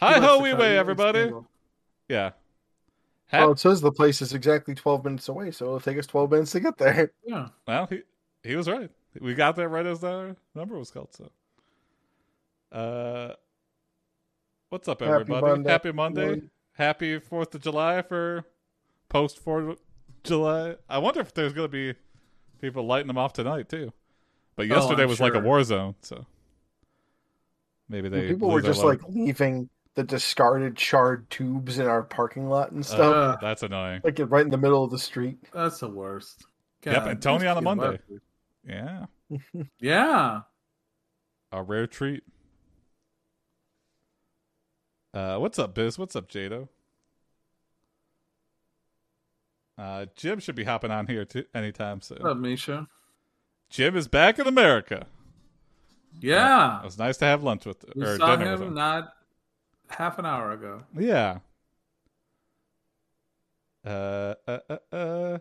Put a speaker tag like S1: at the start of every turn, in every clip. S1: Hi
S2: wants
S1: ho,
S2: to
S1: wee
S2: tell
S1: way,
S2: you it's Oh,
S1: everybody.
S2: single.
S1: Yeah. Ha-
S3: Well, it says the place Oh, is exactly 12 minutes away, so it'll take us 12 minutes to get there.
S2: Yeah.
S1: Well, he he was right. We got that right as the number was called. So, uh, what's up,
S3: Happy
S1: everybody?
S3: Monday,
S1: Happy Monday.
S3: everyone.
S1: Happy Fourth of July for post Fourth July. I wonder if there's gonna be people lighting them off tonight too. But
S2: Oh,
S1: yesterday
S2: I'm
S1: was like a
S2: sure.
S1: war zone, so maybe they
S3: People
S1: blew
S3: were
S1: their
S3: just
S1: load.
S3: like leaving the discarded charred tubes in our parking lot and
S1: Uh,
S3: stuff,
S1: that's annoying.
S3: like right in the middle of the street.
S2: That's the worst.
S1: Yep, and Tony on a
S2: these
S1: Monday.
S2: lefties.
S1: Yeah,
S2: Yeah.
S1: a rare treat. Uh, what's up, Biz? What's up, Jado? Uh, Jim should be hopping on here too anytime soon.
S2: What up, Misha?
S1: Jim is back in America. It
S2: Yeah.
S1: was nice to have lunch with
S2: We
S1: or
S2: saw
S1: dinner
S2: him
S1: with him.
S2: not half an hour ago.
S1: Yeah. Uh, uh, uh, uh.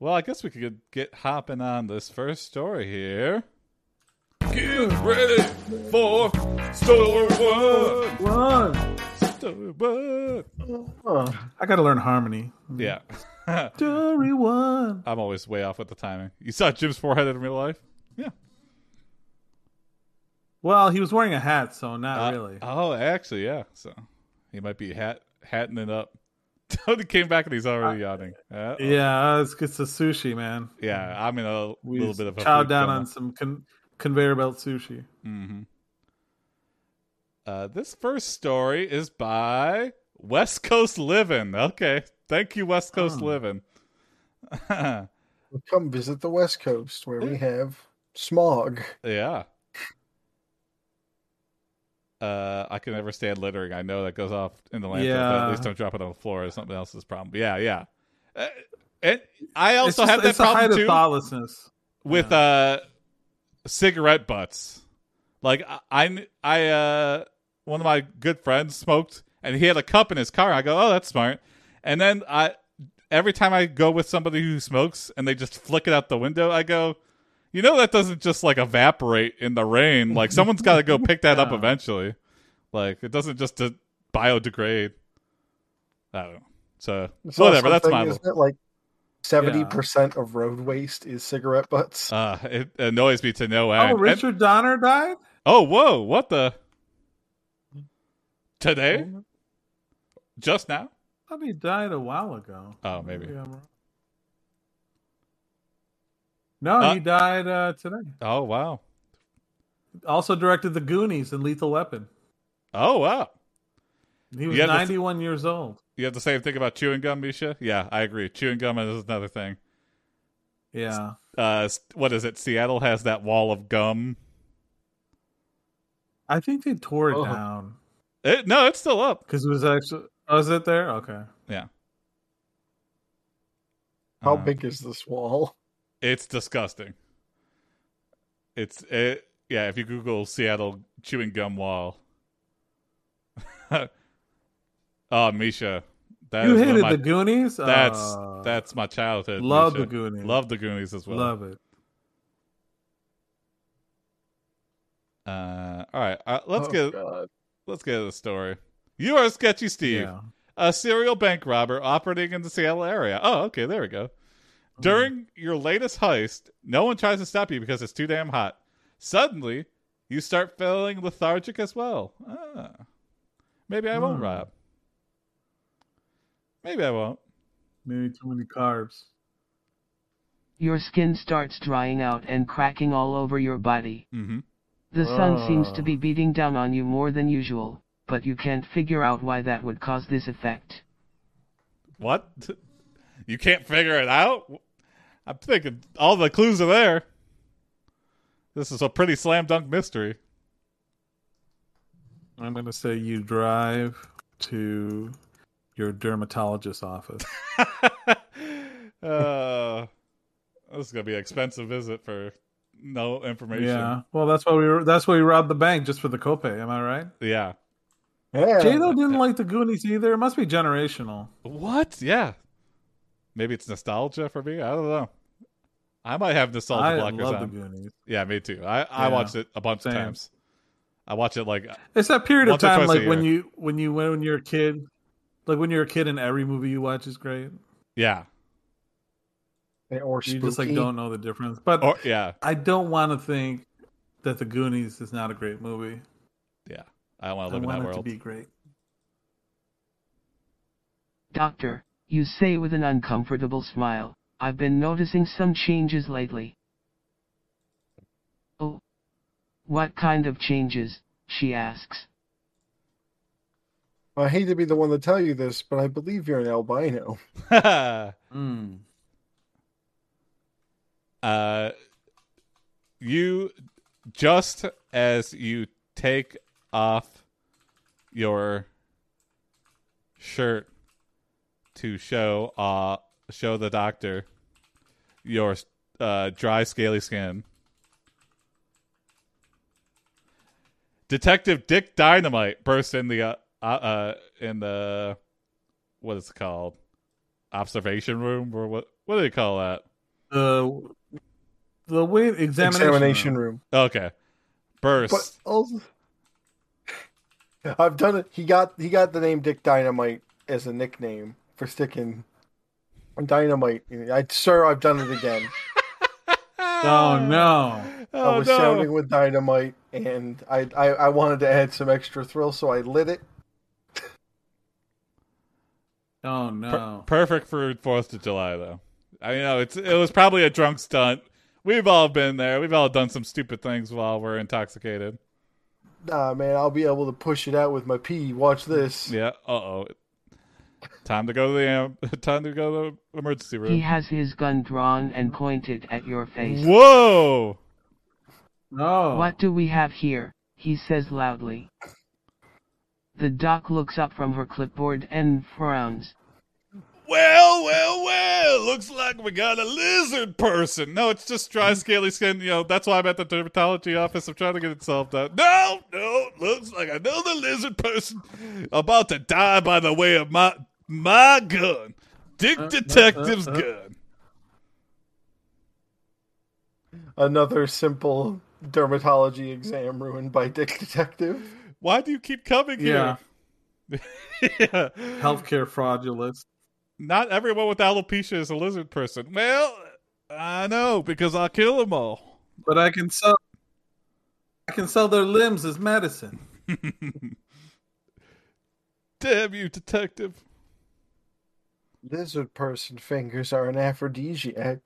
S1: Well, I guess we could get hopping on this first story here. Get ready for story one.
S2: What?
S1: Story one.
S3: Huh.
S2: I gotta learn harmony.
S1: Yeah.
S2: Story one.
S1: I'm always way off with the timing. You saw Jim's forehead in real life? Yeah.
S2: Well, he was wearing a hat, so not
S1: Uh,
S2: really.
S1: Oh, actually, yeah. So he might be hat hatting it up. Tony came back and he's already yawning. Uh,
S2: yeah, it's, it's a sushi, man.
S1: yeah, I'm in a
S2: We
S1: little bit of a
S2: chowed down on some con- conveyor belt sushi.
S1: hmm Uh, this first story is by West Coast Living. Okay, thank you, West Coast
S2: Oh.
S1: Living.
S3: Come visit the West Coast where we have smog.
S1: Yeah. Uh, I can never stand littering. I know that goes off in the landfill, but at
S2: Yeah.
S1: least don't drop it on the floor. It's something else's problem. But yeah, yeah. Uh, and I
S2: it's
S1: also
S2: just,
S1: have that
S2: it's the height
S1: problem
S2: of
S1: too
S2: thoughtlessness.
S1: with uh cigarette butts. Like I, I, I, uh, one of my good friends smoked, and he had a cup in his car. I go, oh, that's smart. And then I, every time I go with somebody who smokes and they just flick it out the window, I go, you know, that doesn't just like evaporate in the rain. Like someone's got to go pick that up
S2: Yeah.
S1: eventually. Like it doesn't just uh, biodegrade. I don't know. So
S3: It's
S1: whatever.
S3: also a
S1: That's
S3: thing,
S1: my.
S3: Isn't it like 70% of road waste is cigarette butts?
S1: Uh, it annoys me to no end.
S2: Oh,
S1: And-
S2: Richard Donner died?
S1: Oh, whoa, what the? Today? Just now?
S2: I thought he died a while ago.
S1: Oh, maybe.
S2: I'm wrong. No,
S1: Uh,
S2: he died uh, today.
S1: Oh, wow.
S2: Also directed The Goonies and Lethal Weapon.
S1: Oh, wow.
S2: He was
S1: Yeah, that's-
S2: 91 years old.
S1: You have the same thing about chewing gum, Misha? Yeah, I agree. Chewing gum is another thing.
S2: Yeah.
S1: Uh, s- what is it? Seattle has that wall of gum.
S2: I think they tore it
S3: Oh.
S2: down
S1: It, no, it's still up.
S2: because it was actually. Oh, is it there? Okay.
S3: How
S1: Uh,
S3: big is this wall?
S1: It's disgusting. It's it. Yeah, if you Google Seattle chewing gum wall. oh, Misha, that
S2: you
S1: is one of
S2: hated
S1: my
S2: The Goonies?
S1: That's
S2: Oh,
S1: that's my childhood.
S2: Love
S1: Misha.
S2: The Goonies.
S1: Love the Goonies as well.
S2: Love it.
S1: Uh, all right, uh, let's
S3: Oh,
S1: get
S3: God.
S1: let's get to the story. You are sketchy, Steve,
S2: Yeah.
S1: a serial bank robber operating in the Seattle area. Oh, okay, there we go.
S2: Mm-hmm.
S1: During your latest heist, no one tries to stop you because it's too damn hot. Suddenly, you start feeling lethargic as well. Ah, maybe I won't
S2: Hmm.
S1: rob. Maybe I won't.
S2: Maybe too many carbs.
S4: Your skin starts drying out and cracking all over your body.
S1: Mm-hmm.
S4: The sun seems
S2: Ah.
S4: to be beating down on you more than usual, but you can't figure out why that would cause this effect.
S1: What? You can't figure it out? I'm thinking all the clues are there. This is a pretty slam dunk mystery.
S2: I'm going to say you drive to your dermatologist's office.
S1: uh, this is gonna be an expensive visit for no information.
S2: Yeah. Well, that's why we were, that's why we robbed the bank just for the copay. Am I right?
S1: Yeah.
S3: Yeah.
S2: Jado didn't like the Goonies either. It must be generational.
S1: What? Yeah. Maybe it's nostalgia for me. I don't know. I might have nostalgia
S2: I
S1: blockers
S2: love the
S1: on.
S2: Goonies.
S1: Yeah, me too. I, I
S2: Yeah.
S1: watched it a bunch
S2: Same.
S1: of times. I watch it like
S2: It's that period of
S1: Once or
S2: time,
S1: twice a
S2: like when
S1: year.
S2: you when you when you're a kid, like when you're a kid, and every movie you watch is great.
S1: yeah
S3: Or
S2: You just like
S3: spooky.
S2: don't know the difference. But
S1: or yeah
S2: I don't want to think that the Goonies is not a great movie.
S1: I don't want
S2: I
S1: to live in
S2: want
S1: that
S2: it to
S1: world.
S2: be great.
S4: Doctor, you say with an uncomfortable smile, I've been noticing some changes lately. Oh. What kind of changes? she asks.
S3: I hate to be the one to tell you this, but I believe you're an albino. Hmm.
S2: Mm.
S1: uh, you just as you take off your shirt to show uh show the doctor your uh dry scaly skin. Detective Dick Dynamite bursts in the uh, uh, uh in the what is it called observation room or what what do they call that?
S2: The the way examination,
S3: Examination
S2: room.
S3: room.
S1: Okay. Burst.
S3: But also, I've done it. He got he got the name Dick Dynamite as a nickname for sticking dynamite. I sir, I've done it again.
S2: Oh no!
S1: Oh,
S3: I was
S1: no.
S3: sounding with dynamite, and I, I I wanted to add some extra thrill, so I lit it.
S2: Oh
S1: Per-
S2: no!
S1: perfect for Fourth of July though. I know it's it was probably a drunk stunt. We've all been there. We've all done some stupid things while we're intoxicated.
S3: Nah, man, I'll be able to push it out with my pee. Watch this.
S1: Yeah. Uh oh. Time to go to the am- time to go to the emergency
S4: He
S1: room.
S4: has his gun drawn and pointed at your face.
S1: Whoa.
S3: Oh.
S2: No!
S4: What do we have here? he says loudly. The doc looks up from her clipboard and frowns.
S1: Well, well, well. Looks like we got a lizard person. No, it's just
S2: Mm-hmm.
S1: dry, scaly skin. You know, that's why I'm at the dermatology office. I'm trying to get it solved out. No, no. Looks like another lizard person about to die by the way of my my gun, Dick
S2: Uh, uh,
S1: Detective's
S2: uh, uh.
S1: gun.
S3: Another simple dermatology exam ruined by Dick Detective.
S1: Why do you keep coming
S2: Yeah.
S1: here? yeah.
S2: Healthcare fraudulence.
S1: Not everyone with alopecia is a lizard person. Well, I know because I'll kill them all.
S2: But I can sell. I can sell their limbs as medicine.
S1: Damn you, detective.
S3: Lizard person fingers are an aphrodisiac.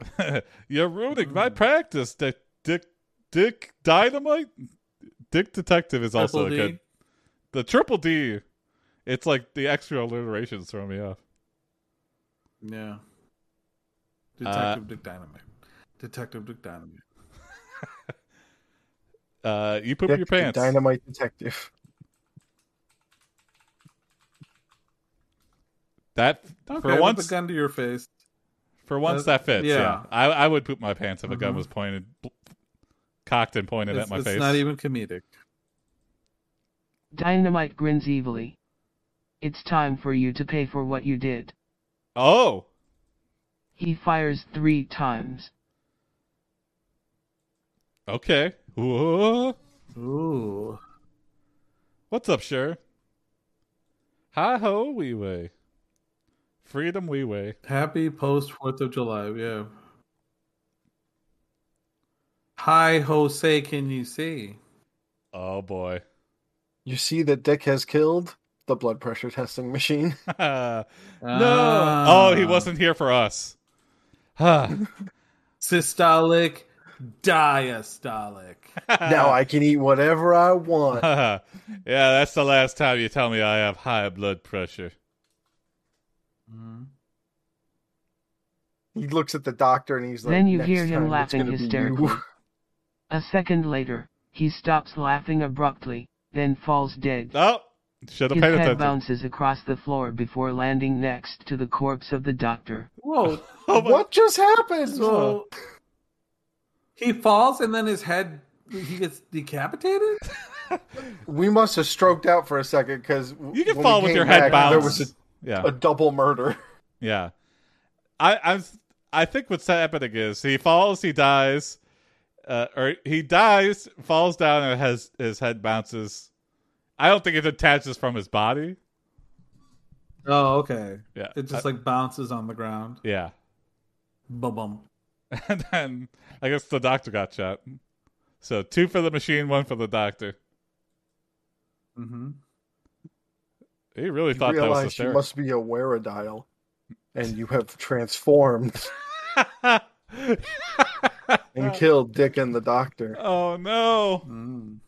S1: You're ruining
S2: Mm.
S1: my practice, Dick. Dick, Dick Dynamite. Dick Detective is also a
S2: Triple D.
S1: good. The triple D. It's like the extra alliterations throw me off.
S2: Yeah.
S1: Uh,
S2: Detective Dick Dynamite. Detective Dick Dynamite.
S1: Uh, you poop
S3: Dick
S1: your
S3: the
S1: pants.
S3: Dynamite detective.
S1: that
S2: Okay,
S1: for
S2: with
S1: once,
S2: a gun to your face.
S1: for once
S2: uh,
S1: that fits. Yeah,
S2: yeah.
S1: I, I would poop my pants if a gun
S2: Mhm.
S1: was pointed, cocked and pointed
S2: It's,
S1: at my
S2: it's
S1: face.
S2: not even comedic.
S4: Dynamite grins evilly. It's time for you to pay for what you did.
S1: oh,
S4: He fires three times.
S1: okay. Whoa.
S2: Ooh.
S1: What's up, Sure? Hi ho, wee way. Freedom, wee way.
S2: Happy post Fourth of July. Yeah. Hi, Jose. Can you see?
S1: Oh boy.
S3: You see that Dick has killed the blood pressure testing machine.
S1: no.
S2: Ah.
S1: oh, he wasn't here for us. Huh.
S2: Systolic, diastolic.
S3: now I can eat whatever I want.
S1: yeah, that's the last time you tell me I have high blood pressure.
S2: Mhm.
S3: He looks at the doctor and he's like,
S4: Then you
S3: "Next
S4: hear him
S3: time it's
S4: laughing
S3: gonna be you."
S4: hysterically. A second later, he stops laughing abruptly, then falls dead.
S1: Oh, should have
S4: His
S1: paid
S4: head
S1: attention.
S4: bounces across the floor before landing next to the corpse of the doctor.
S2: Whoa.
S1: Oh, my-
S3: What just happened?
S2: So he falls and then his head he gets decapitated?
S3: We must have stroked out for a second because
S1: You can fall with your head
S3: There
S1: bounced.
S3: was
S1: yeah,
S3: a, a double murder.
S1: yeah. I, I'm. I think what's happening is he falls, he dies, uh, or he dies, falls down, and has his head bounces. I don't think it detaches from his body.
S2: Oh, okay.
S1: Yeah,
S2: It just
S1: Uh,
S2: like bounces on the ground.
S1: yeah.
S2: Bum.
S1: And then I guess the doctor got shot. So two for the machine, one for the doctor.
S2: Mm-hmm.
S1: He really
S3: you
S1: thought that was
S3: realize you
S1: hysterical.
S3: must be a wearadile, and you have transformed and killed Dick and the Doctor
S1: oh no!
S2: Mm.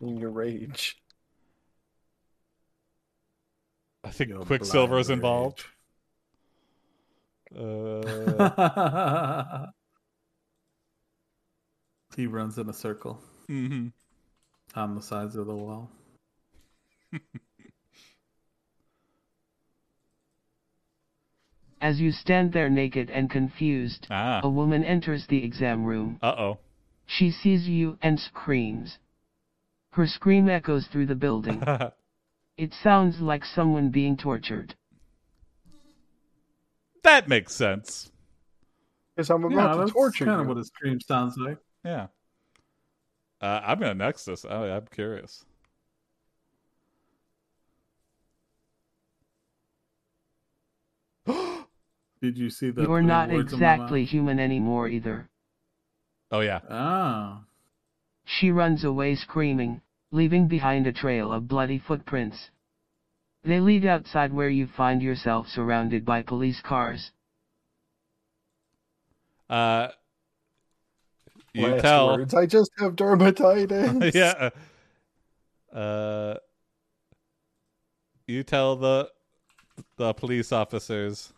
S3: in your rage.
S1: I think
S2: Your
S1: Quicksilver is
S2: blind
S1: involved.
S2: rage.
S1: Uh,
S2: he runs in a circle
S1: mhm.
S2: on the sides of the wall.
S4: As you stand there naked and confused,
S1: Ah.
S4: a woman enters the exam room.
S1: Uh oh.
S4: She sees you and screams. Her scream echoes through the building. It sounds like someone being tortured.
S1: that makes sense.
S3: Because I'm
S2: Yeah,
S3: about
S2: that's
S3: to torture
S2: kind of
S3: you.
S2: what his dream sounds like.
S1: Yeah. Uh, I'm gonna next this. I, I'm curious.
S2: Did you see the?
S4: You're
S2: blue
S4: not
S2: words in my mouth?
S4: exactly human anymore either.
S1: Oh yeah.
S2: Oh,
S4: She runs away screaming, leaving behind a trail of bloody footprints. They lead outside where you find yourself surrounded by police cars.
S1: Uh, you
S3: Last
S1: tell.
S3: words. I just have dermatitis.
S1: yeah. Uh, you tell the the police officers.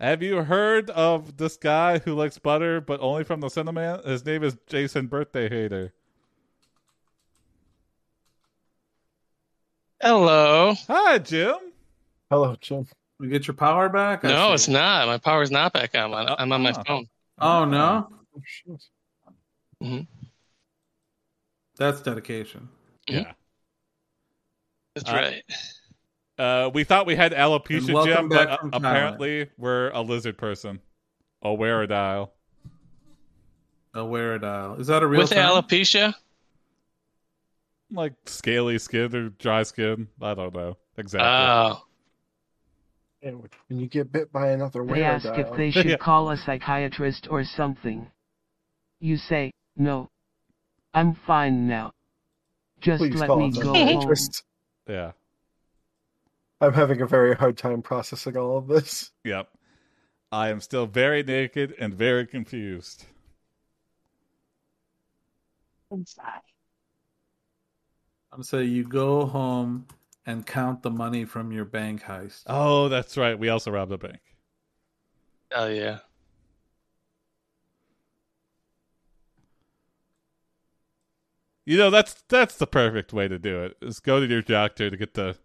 S1: Have you heard of this guy who likes butter, but only from the cinnamon? His name is Jason Birthday Hater.
S5: Hello.
S1: Hi, Jim.
S3: Hello, Jim.
S2: we get your power back? I
S5: No,
S2: see.
S5: it's not. My power's not back on. I'm on- I'm on my
S1: Uh-uh.
S5: phone.
S2: Oh no,
S3: Oh, shit.
S2: that's dedication.
S1: Yeah.
S5: That's
S1: Uh,
S5: right.
S1: Uh, we thought we had
S2: And
S1: alopecia,
S2: welcome
S1: Jim,
S2: back
S1: but uh,
S2: from Thailand.
S1: apparently we're a lizard person. A wearadile.
S2: A wearadile. Is that a real
S5: With
S2: thing?
S5: alopecia,
S1: Like scaly skin or dry skin. I don't know. Exactly.
S2: Ah.
S5: oh,
S3: And When you get bit by another
S4: They ask if
S3: wearadile,
S4: they should
S1: Yeah.
S4: call a psychiatrist or something. You say, no. I'm fine now. Just
S3: please
S4: let
S3: call
S4: me
S3: us.
S4: go
S3: I'm
S4: home.
S3: Just,
S1: yeah.
S3: I'm having a very hard time processing all of this.
S1: Yep. I am still very naked and very confused.
S2: I'm gonna say you go home and count the money from your bank heist.
S1: Oh, that's right. We also robbed a bank.
S5: oh yeah.
S1: You know, that's that's the perfect way to do it. Is go to your doctor to get the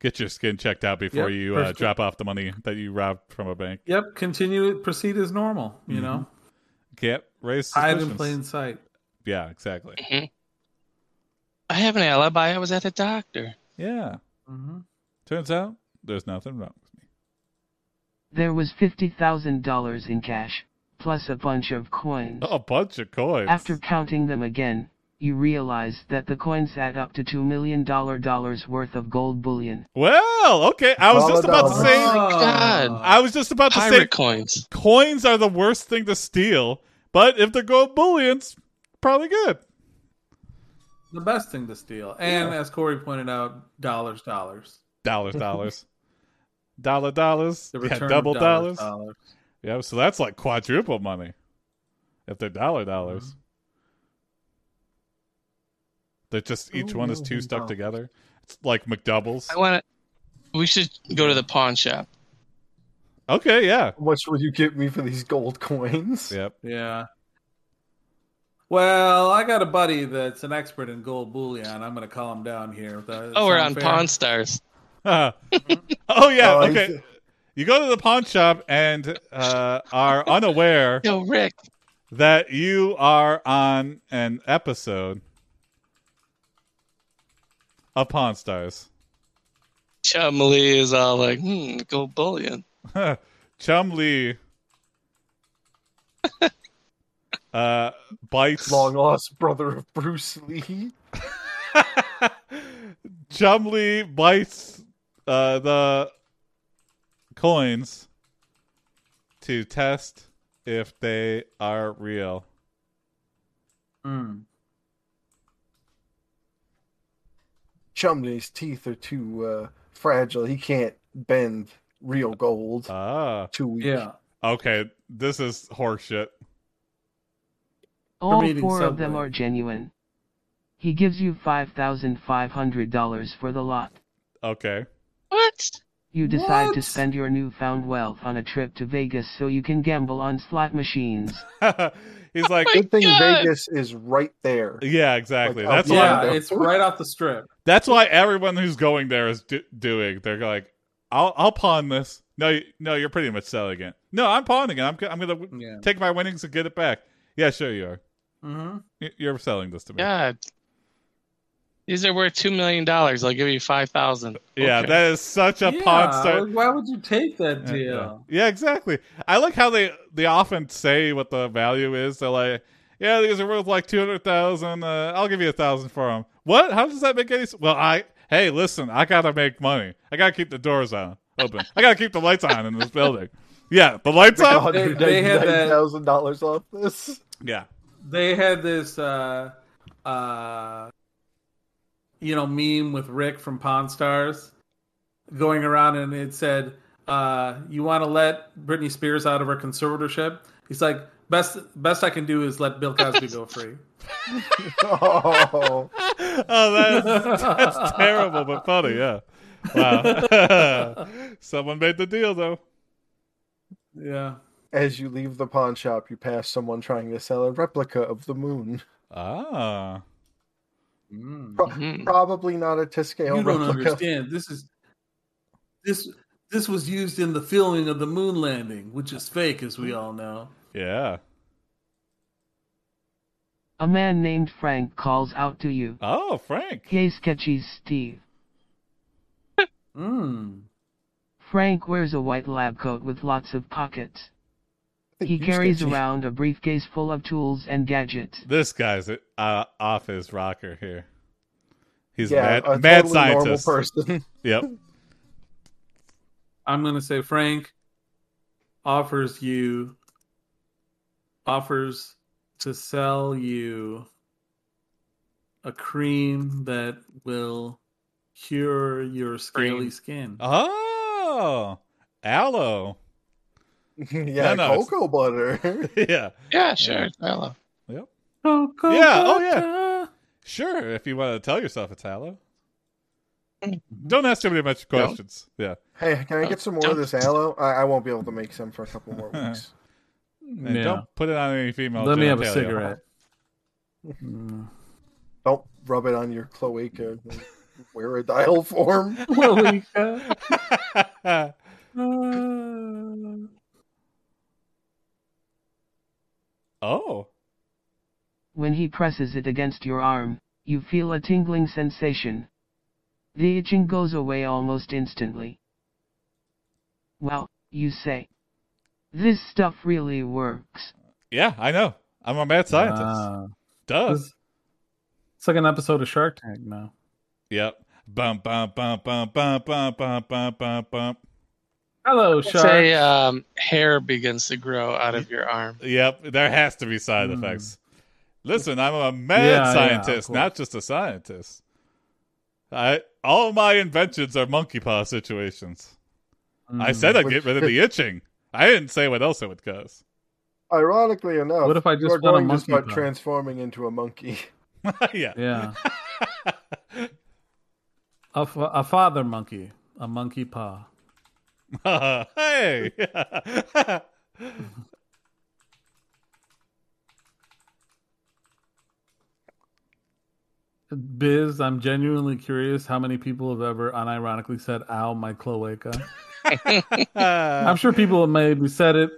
S1: get your skin checked out before
S2: Yep,
S1: you uh,
S2: perfect.
S1: drop off the money that you robbed from a bank.
S2: Yep. Continue. Proceed as normal.
S1: Mm-hmm.
S2: You know,
S1: Can't raise
S2: hide in
S1: suspicions.
S2: plain sight.
S1: Yeah, exactly.
S5: I have an alibi. I was at the doctor.
S1: Yeah.
S2: Mm-hmm.
S1: Turns out there's nothing wrong with me.
S4: There was $50,000 in cash, plus a bunch of coins.
S1: A bunch of coins.
S4: After counting them again, you realize that the coins add up to $2 million dollars worth of gold bullion.
S1: Well, okay. I was just about to
S3: Dollar
S1: say.
S5: dollar. Oh God.
S1: I was just about to
S5: Pirate
S1: say
S5: coins.
S1: coins are the worst thing to steal, but if they're gold bullions, probably good.
S2: the best thing to steal. And as Corey pointed out, dollars, dollars.
S1: Dollars, dollars, dollar, dollars,
S2: The
S1: yeah,
S2: return
S1: double
S2: of dollars,
S1: dollars. Yeah, so that's like quadruple money if they're dollar dollars.
S2: Mm-hmm.
S1: They're just each one is two stuck
S2: dollars.
S1: together. It's like McDoubles.
S5: I want to. We should go to the pawn shop.
S1: Okay, yeah,
S3: How much will you give me for these gold coins?
S1: yep.
S2: Yeah. Well, I got a buddy that's an expert in gold bullion. I'm going to call him down here. That
S5: Oh, we're on
S2: sound fair?
S5: Pawn Stars.
S1: oh
S5: Mm-hmm.
S1: yeah,
S3: Oh, I
S1: okay.
S3: see.
S1: You go to the pawn shop and uh, are unaware
S5: Yo, Rick.
S1: that you are on an episode of Pawn Stars.
S5: Chumley is all like, hmm, gold bullion.
S1: Chum Lee Uh, bites.
S3: Long lost brother of Bruce Lee.
S1: Chumley bites uh, the coins to test if they are real.
S2: Mm.
S3: Chumley's teeth are too uh, fragile. He can't bend real gold.
S1: Ah,
S3: too weak.
S2: Uh, Yeah.
S1: okay. This is horseshit.
S4: All
S2: reading
S4: four of them
S2: Subway.
S4: are genuine. He gives you $5,500 for the lot.
S1: Okay.
S5: What?
S4: You decide to
S2: What?
S4: spend your newfound wealth on a trip to Vegas so you can gamble on slot machines.
S1: He's like,
S5: my
S3: Good thing
S5: God.
S3: Vegas is right there.
S1: yeah, exactly.
S3: Like,
S1: That's
S3: oh,
S1: why.
S2: yeah,
S3: fine.
S2: it's right off the strip.
S1: That's why everyone who's going there is do- doing. They're like, I'll I'll pawn this. No, you- no, you're pretty much selling it. No, I'm pawning it. I'm go- I'm gonna w-
S2: Yeah.
S1: take my winnings and get it back. Yeah, sure you are.
S2: Mm-hmm.
S1: Y- You're selling this to me.
S5: God. These are worth two million dollars. I'll give you five thousand.
S1: Yeah,
S5: Okay.
S1: that is such a pawn star.
S2: like, Why would you take that
S1: Yeah,
S2: deal?
S1: yeah. Yeah, exactly. I like how they they often say what the value is. They're like, yeah, these are worth like two hundred thousand. Uh, I'll give you a thousand for them. What? How does that make any? s Well, I hey, listen, I gotta make money. I gotta keep the doors on open. I gotta keep the lights on in this building. Yeah, the lights on.
S2: They- they had that-
S3: $199,000 off this.
S1: Yeah,
S2: They had this, uh, uh, you know, meme with Rick from Pawn Stars going around, and it said, uh, "You want to let Britney Spears out of her conservatorship?" He's like, "Best, best I can do is let Bill Cosby go free."
S3: Oh,
S1: oh, that's that's terrible but funny. Yeah, wow. Someone made the deal though.
S2: Yeah.
S3: as you leave the pawn shop, you pass someone trying to sell a replica of the moon.
S1: Ah,
S2: Mm.
S3: Pro-
S5: Mhm.
S3: Probably not a to scale
S2: You don't
S3: replica.
S2: understand. This is this this was used in the filming of the moon landing, which is fake, as we all know.
S1: yeah.
S4: A man named Frank calls out to you.
S1: Oh, Frank.
S4: Hey, sketchy Steve.
S2: Mm.
S4: Frank wears a white lab coat with lots of pockets.
S3: I think
S4: He
S3: you
S4: carries
S3: sketchy.
S4: around a briefcase full of tools and gadgets.
S1: This guy's uh, off his rocker here. He's
S3: yeah,
S1: a
S3: a
S1: mad, mad
S3: totally normal
S1: scientist.
S3: person.
S1: Yep.
S2: I'm gonna say Frank offers you offers to sell you a cream that will cure your scaly
S5: Cream.
S2: skin.
S1: Oh, aloe. No,
S3: yeah,
S1: no, it's-
S3: cocoa butter.
S1: yeah,
S5: Yeah, sure. Hello.
S2: Cocoa
S1: Yeah, oh, yeah.
S2: butter.
S1: sure. If you want to tell yourself it's aloe, don't ask too many much questions. Yeah.
S3: hey, can I get some more of this aloe? I, I won't be able to make some for a couple more weeks.
S1: And
S2: Yeah.
S1: Don't put it on any female.
S2: Let me have a
S1: genitalia.
S2: cigarette. Mm.
S3: Don't rub it on your cloaca. Wear a dial form.
S2: Malika.
S1: Uh,
S2: Uh,
S1: oh,
S4: When he presses it against your arm, you feel a tingling sensation. The itching goes away almost instantly. Wow, you say. This stuff really works.
S1: yeah. I know. I'm a mad scientist.
S2: ah.
S1: Duh.
S2: It's it's like an episode of Shark Tank now.
S1: Yep. Bum bum bum bum bum bum bum bum bum bum.
S2: Hello, Shark.
S5: Say um, hair begins to grow out of your arm.
S1: Yep, there has to be side
S2: Hmm.
S1: effects. Listen, I'm a mad
S2: Yeah, yeah, of
S1: scientist, not
S2: course.
S1: just a scientist. I all my inventions are monkey paw situations. I
S2: Mm.
S1: said I'd
S3: Which-
S1: get rid of the itching. I didn't say what else it would cause.
S3: Ironically enough,
S2: What if I just
S3: you're
S2: want a
S3: going to
S2: monkey
S3: start
S2: paw?
S3: transforming into a monkey.
S1: yeah.
S2: Yeah. A, f- a father monkey. A monkey paw.
S1: hey.
S2: Biz, I'm genuinely curious how many people have ever unironically said, ow, my cloaca. I'm sure people have maybe said it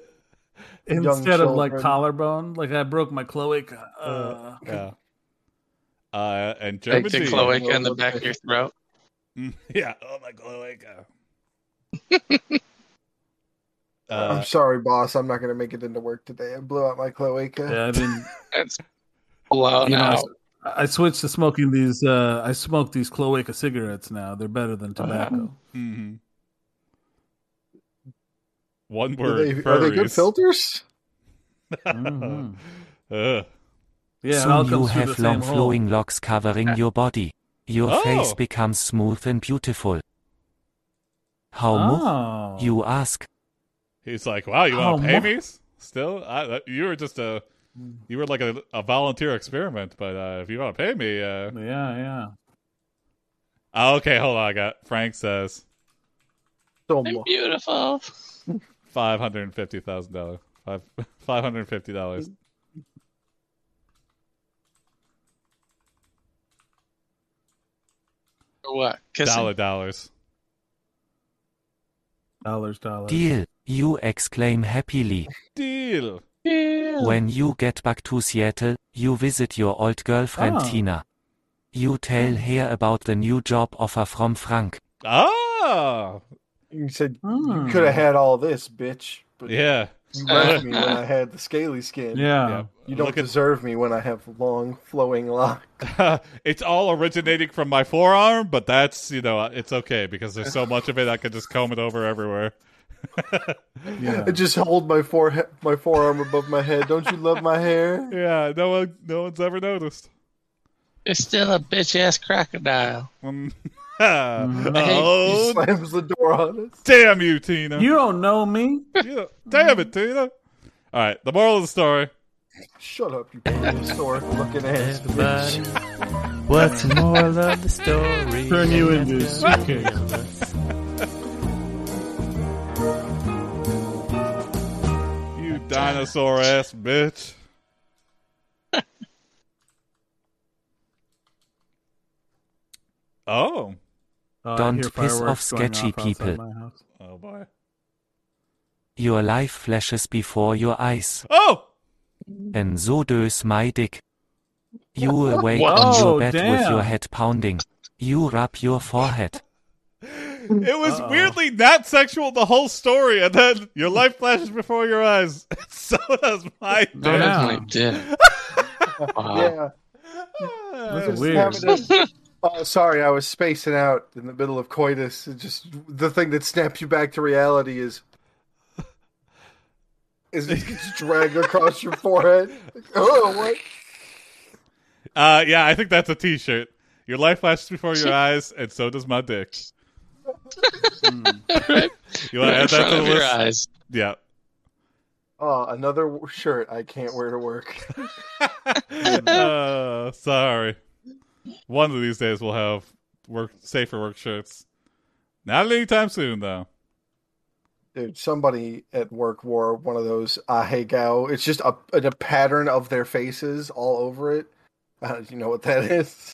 S3: Young
S2: instead of like
S3: children.
S2: collarbone. Like, I broke my cloaca. Uh,
S1: yeah. Uh, and
S5: Like
S1: Germany.
S5: the cloaca in the back of your throat.
S1: Mm, Yeah. Oh my cloaca. Uh,
S3: I'm sorry, boss. I'm not gonna make it into work today. I blew out my cloaca.
S2: Yeah, I've been
S5: That's blown
S2: You know,
S5: out.
S2: I switched to smoking these. Uh, I smoke these cloaca cigarettes now. They're better than tobacco.
S6: Uh-huh.
S1: hmm One
S3: Are
S1: word.
S3: they, are they good
S1: furries.
S3: filters?
S2: Mhm.
S1: Ugh.
S2: Yeah, it all
S6: Soon you
S2: comes through the
S6: have long
S2: same hole.
S6: flowing locks covering your body. Your
S1: Oh.
S6: face becomes smooth and beautiful. How much?
S2: Oh.
S6: You ask.
S1: He's like, wow, you
S2: Oh,
S1: want to pay
S2: mo-
S1: me? s- Still, I, I- you were just a, you were like a, a volunteer experiment. But uh, if you want to pay me, uh,
S2: Yeah, yeah.
S1: oh, okay, hold on. I got Frank says
S3: So
S5: I'm
S3: much.
S5: beautiful.
S1: five hundred and fifty thousand dollars. Five five hundred and fifty dollars.
S5: Or what? Kissing?
S1: Dollar dollars.
S2: Dollars, dollars.
S6: Deal, you exclaim happily.
S1: Deal.
S5: Yeah.
S6: When you get back to Seattle, you visit your old girlfriend
S2: Ah.
S6: Tina. You tell her about the new job offer from Frank.
S1: Oh,
S3: You said
S2: Hmm.
S3: you could have had all this, bitch. But
S1: yeah.
S3: you left me when I had the scaly skin.
S2: Yeah.
S1: yeah.
S3: You don't
S1: Look at-
S3: deserve me when I have long flowing locks.
S1: it's all originating from my forearm, but that's you know it's okay because there's so much of it I could just comb it over everywhere.
S2: yeah.
S3: I just hold my forehead, my forearm above my head. Don't you love my hair?
S1: Yeah, no one, no one's ever noticed.
S5: You're still a bitch ass crocodile.
S1: Um,
S3: He
S1: oh,
S3: slams the door on us.
S1: damn you, Tina!
S2: You don't know me.
S1: You- damn it, Tina! All right, the moral of the story.
S3: Shut up, you historic looking ass.
S7: Everybody, what's the moral of the story?
S2: Turn you into a suitcase.
S7: suitcase.
S1: You dinosaur ass bitch. oh,
S2: Oh, I
S6: Don't
S2: hear
S6: piss off
S2: fireworks going
S6: sketchy
S2: off outside
S6: people.
S2: my house.
S1: oh boy.
S6: Your life flashes before your eyes,
S1: Oh,
S6: and so does my dick. You awake on
S2: Whoa,
S6: your bed with your
S2: damn.
S6: head pounding. You rub your forehead.
S1: It was
S2: Uh-oh.
S1: weirdly not sexual the whole story, and then your life flashes before your eyes. so does my
S5: No,
S1: dick.
S5: that's
S2: Yeah.
S5: my dick. Wow.
S3: Yeah.
S2: That's
S3: Just
S2: weird.
S3: have it as- oh, sorry, I was spacing out in the middle of coitus. It just the thing that snaps you back to reality is is it gets dragged across your forehead. Like, oh, what?
S1: Uh, yeah, I think that's a T-shirt. Your life flashes before your eyes, and so does my dick. Hmm.
S5: right
S1: You want to add
S5: in
S1: that
S5: front
S1: to the
S5: of your
S1: list?
S5: eyes.
S1: Yeah.
S3: Oh, another w- shirt I can't wear to work.
S1: uh, sorry. One of these days we'll have work safer work shirts. Not anytime soon, though.
S3: Dude, somebody at work wore one of those ahegao. It's just a, a pattern of their faces all over it. Uh, you know what that is?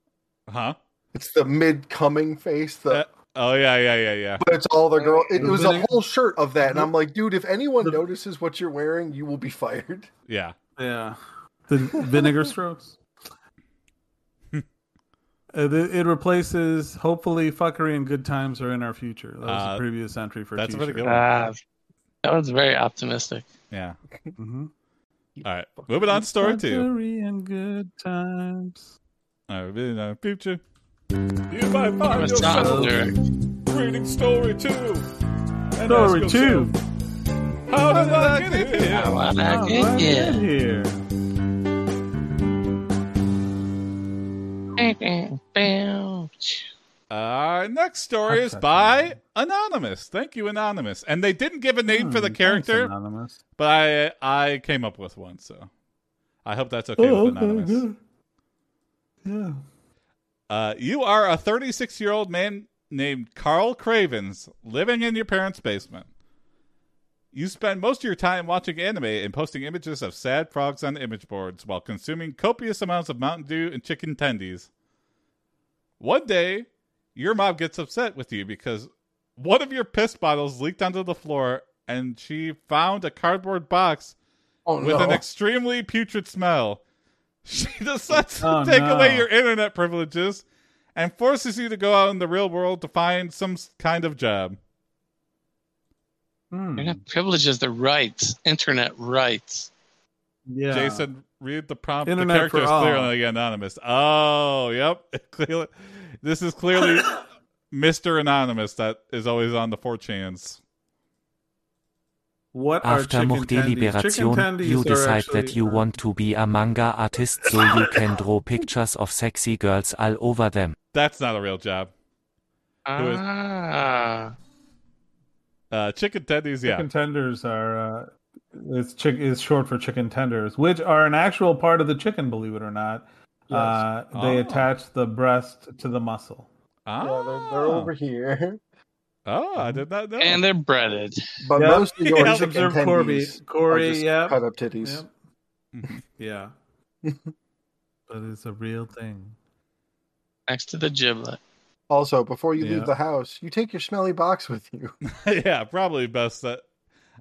S1: Huh?
S3: It's the mid coming face. The
S1: Uh, oh yeah, yeah, yeah, yeah.
S3: but it's all the girl. It,
S2: The
S3: was a
S2: vinegar-
S3: whole shirt of that, and I'm like, dude, if anyone
S2: The-
S3: notices what you're wearing, you will be fired.
S1: Yeah.
S2: Yeah. The vinegar strokes. Uh, th- it replaces hopefully fuckery and good times are in our future. That was
S1: Uh,
S2: the previous entry for
S1: that's a
S2: t-shirt.
S1: pretty good one.
S5: Ah, that was very optimistic.
S1: Yeah.
S2: Mhm.
S1: All right. Moving on to story two.
S2: Fuckery and good times.
S1: I really know the future. You might find
S5: I'm a song lyric.
S1: reading story two. And
S2: Story two.
S1: How did I get in
S5: I
S1: here?
S5: wanna get
S2: yeah.
S5: you.
S2: Here.
S5: Bam, bam, bam.
S1: Our next story is
S2: That's
S1: by Anonymous. Thank you, Anonymous. And they didn't give a name for the
S2: Hmm,
S1: character,
S2: thanks, Anonymous.
S1: but I I came up with one, so I hope that's okay with Anonymous.
S2: Oh, Yeah.
S1: Uh, you are a 36 year old man named Carl Cravens living in your parents' basement. You spend most of your time watching anime and posting images of sad frogs on image boards while consuming copious amounts of Mountain Dew and chicken tendies. One day, your mom gets upset with you because one of your piss bottles leaked onto the floor and she found a cardboard box
S3: Oh
S1: with
S3: no!
S1: an extremely putrid smell. She decides to
S2: Oh,
S1: take
S2: no.
S1: away your internet privileges and forces you to go out in the real world to find some s- kind of job.
S2: Hmm.
S5: They're not privileges, they're rights, internet rights.
S2: Yeah.
S1: Jason, read the prompt.
S2: Internet
S1: the character
S2: for
S1: is
S2: all.
S1: clearly anonymous. Oh, yep. clearly, this is clearly Mr. Anonymous that is always on the 4chans.
S2: What are
S6: After
S2: chicken tendies? Chicken
S6: Mukhti
S2: tendies
S6: you
S2: are
S6: decide
S2: actually-
S6: that you want to be a manga artist so you can draw pictures of sexy girls all over them.
S1: That's not a real job. Who is-
S5: Ah.
S1: Uh, chicken tendies, yeah.
S2: Chicken tenders are uh, it's chick is short for chicken tenders, which are an actual part of the chicken, believe it or not. Uh, they
S1: Oh.
S2: attach the breast to the muscle.
S3: Yeah, they're, they're
S1: Ah.
S3: over here.
S1: Oh, I did not know.
S5: And they're breaded.
S3: But
S2: Yep.
S3: most of your
S1: Yeah,
S3: chicken
S2: observe Corby.
S3: tendies
S2: Corey,
S3: are just
S2: yep.
S3: cut up titties.
S2: Yep. yeah. but it's a real thing.
S5: Next to the giblet.
S3: Also, before you
S2: Yeah.
S3: leave the house, you take your smelly box with you.
S1: yeah, probably best that.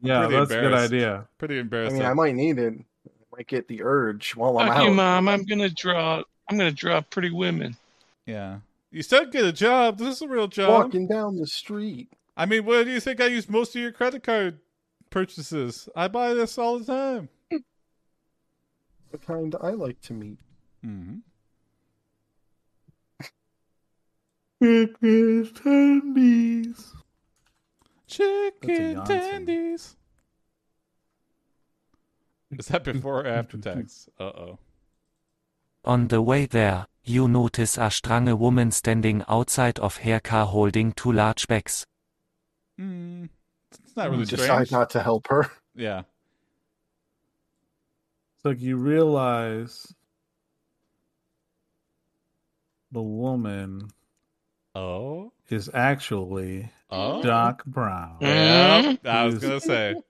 S2: Yeah,
S1: pretty
S2: that's a good
S1: embarrassed.
S2: idea.
S1: Pretty
S3: I
S1: embarrassing.
S3: mean, I might need it. I might get the urge while I'm
S5: Fuck
S3: out.
S5: you, mom. I'm gonna draw. I'm gonna draw pretty women.
S1: yeah. You said get a job. This is a real job.
S3: Walking down the street.
S1: I mean, where do you think I use most of your credit card purchases? I buy this all the time.
S3: The kind I like to meet.
S1: Mm-hmm.
S2: Chicken tendies.
S1: Chicken
S2: Yonsen.
S1: tendies. Is that before or after tax? Uh oh.
S6: On the way there, you notice a strange woman standing outside of her car holding two large bags.
S1: Mm. It's not really
S3: Decide
S1: strange.
S3: not to help her.
S1: Yeah.
S2: It's like you realize the woman
S1: Oh.
S2: is actually
S1: Oh.
S2: Doc Brown,
S1: Yeah. I was
S2: Is-
S1: gonna say.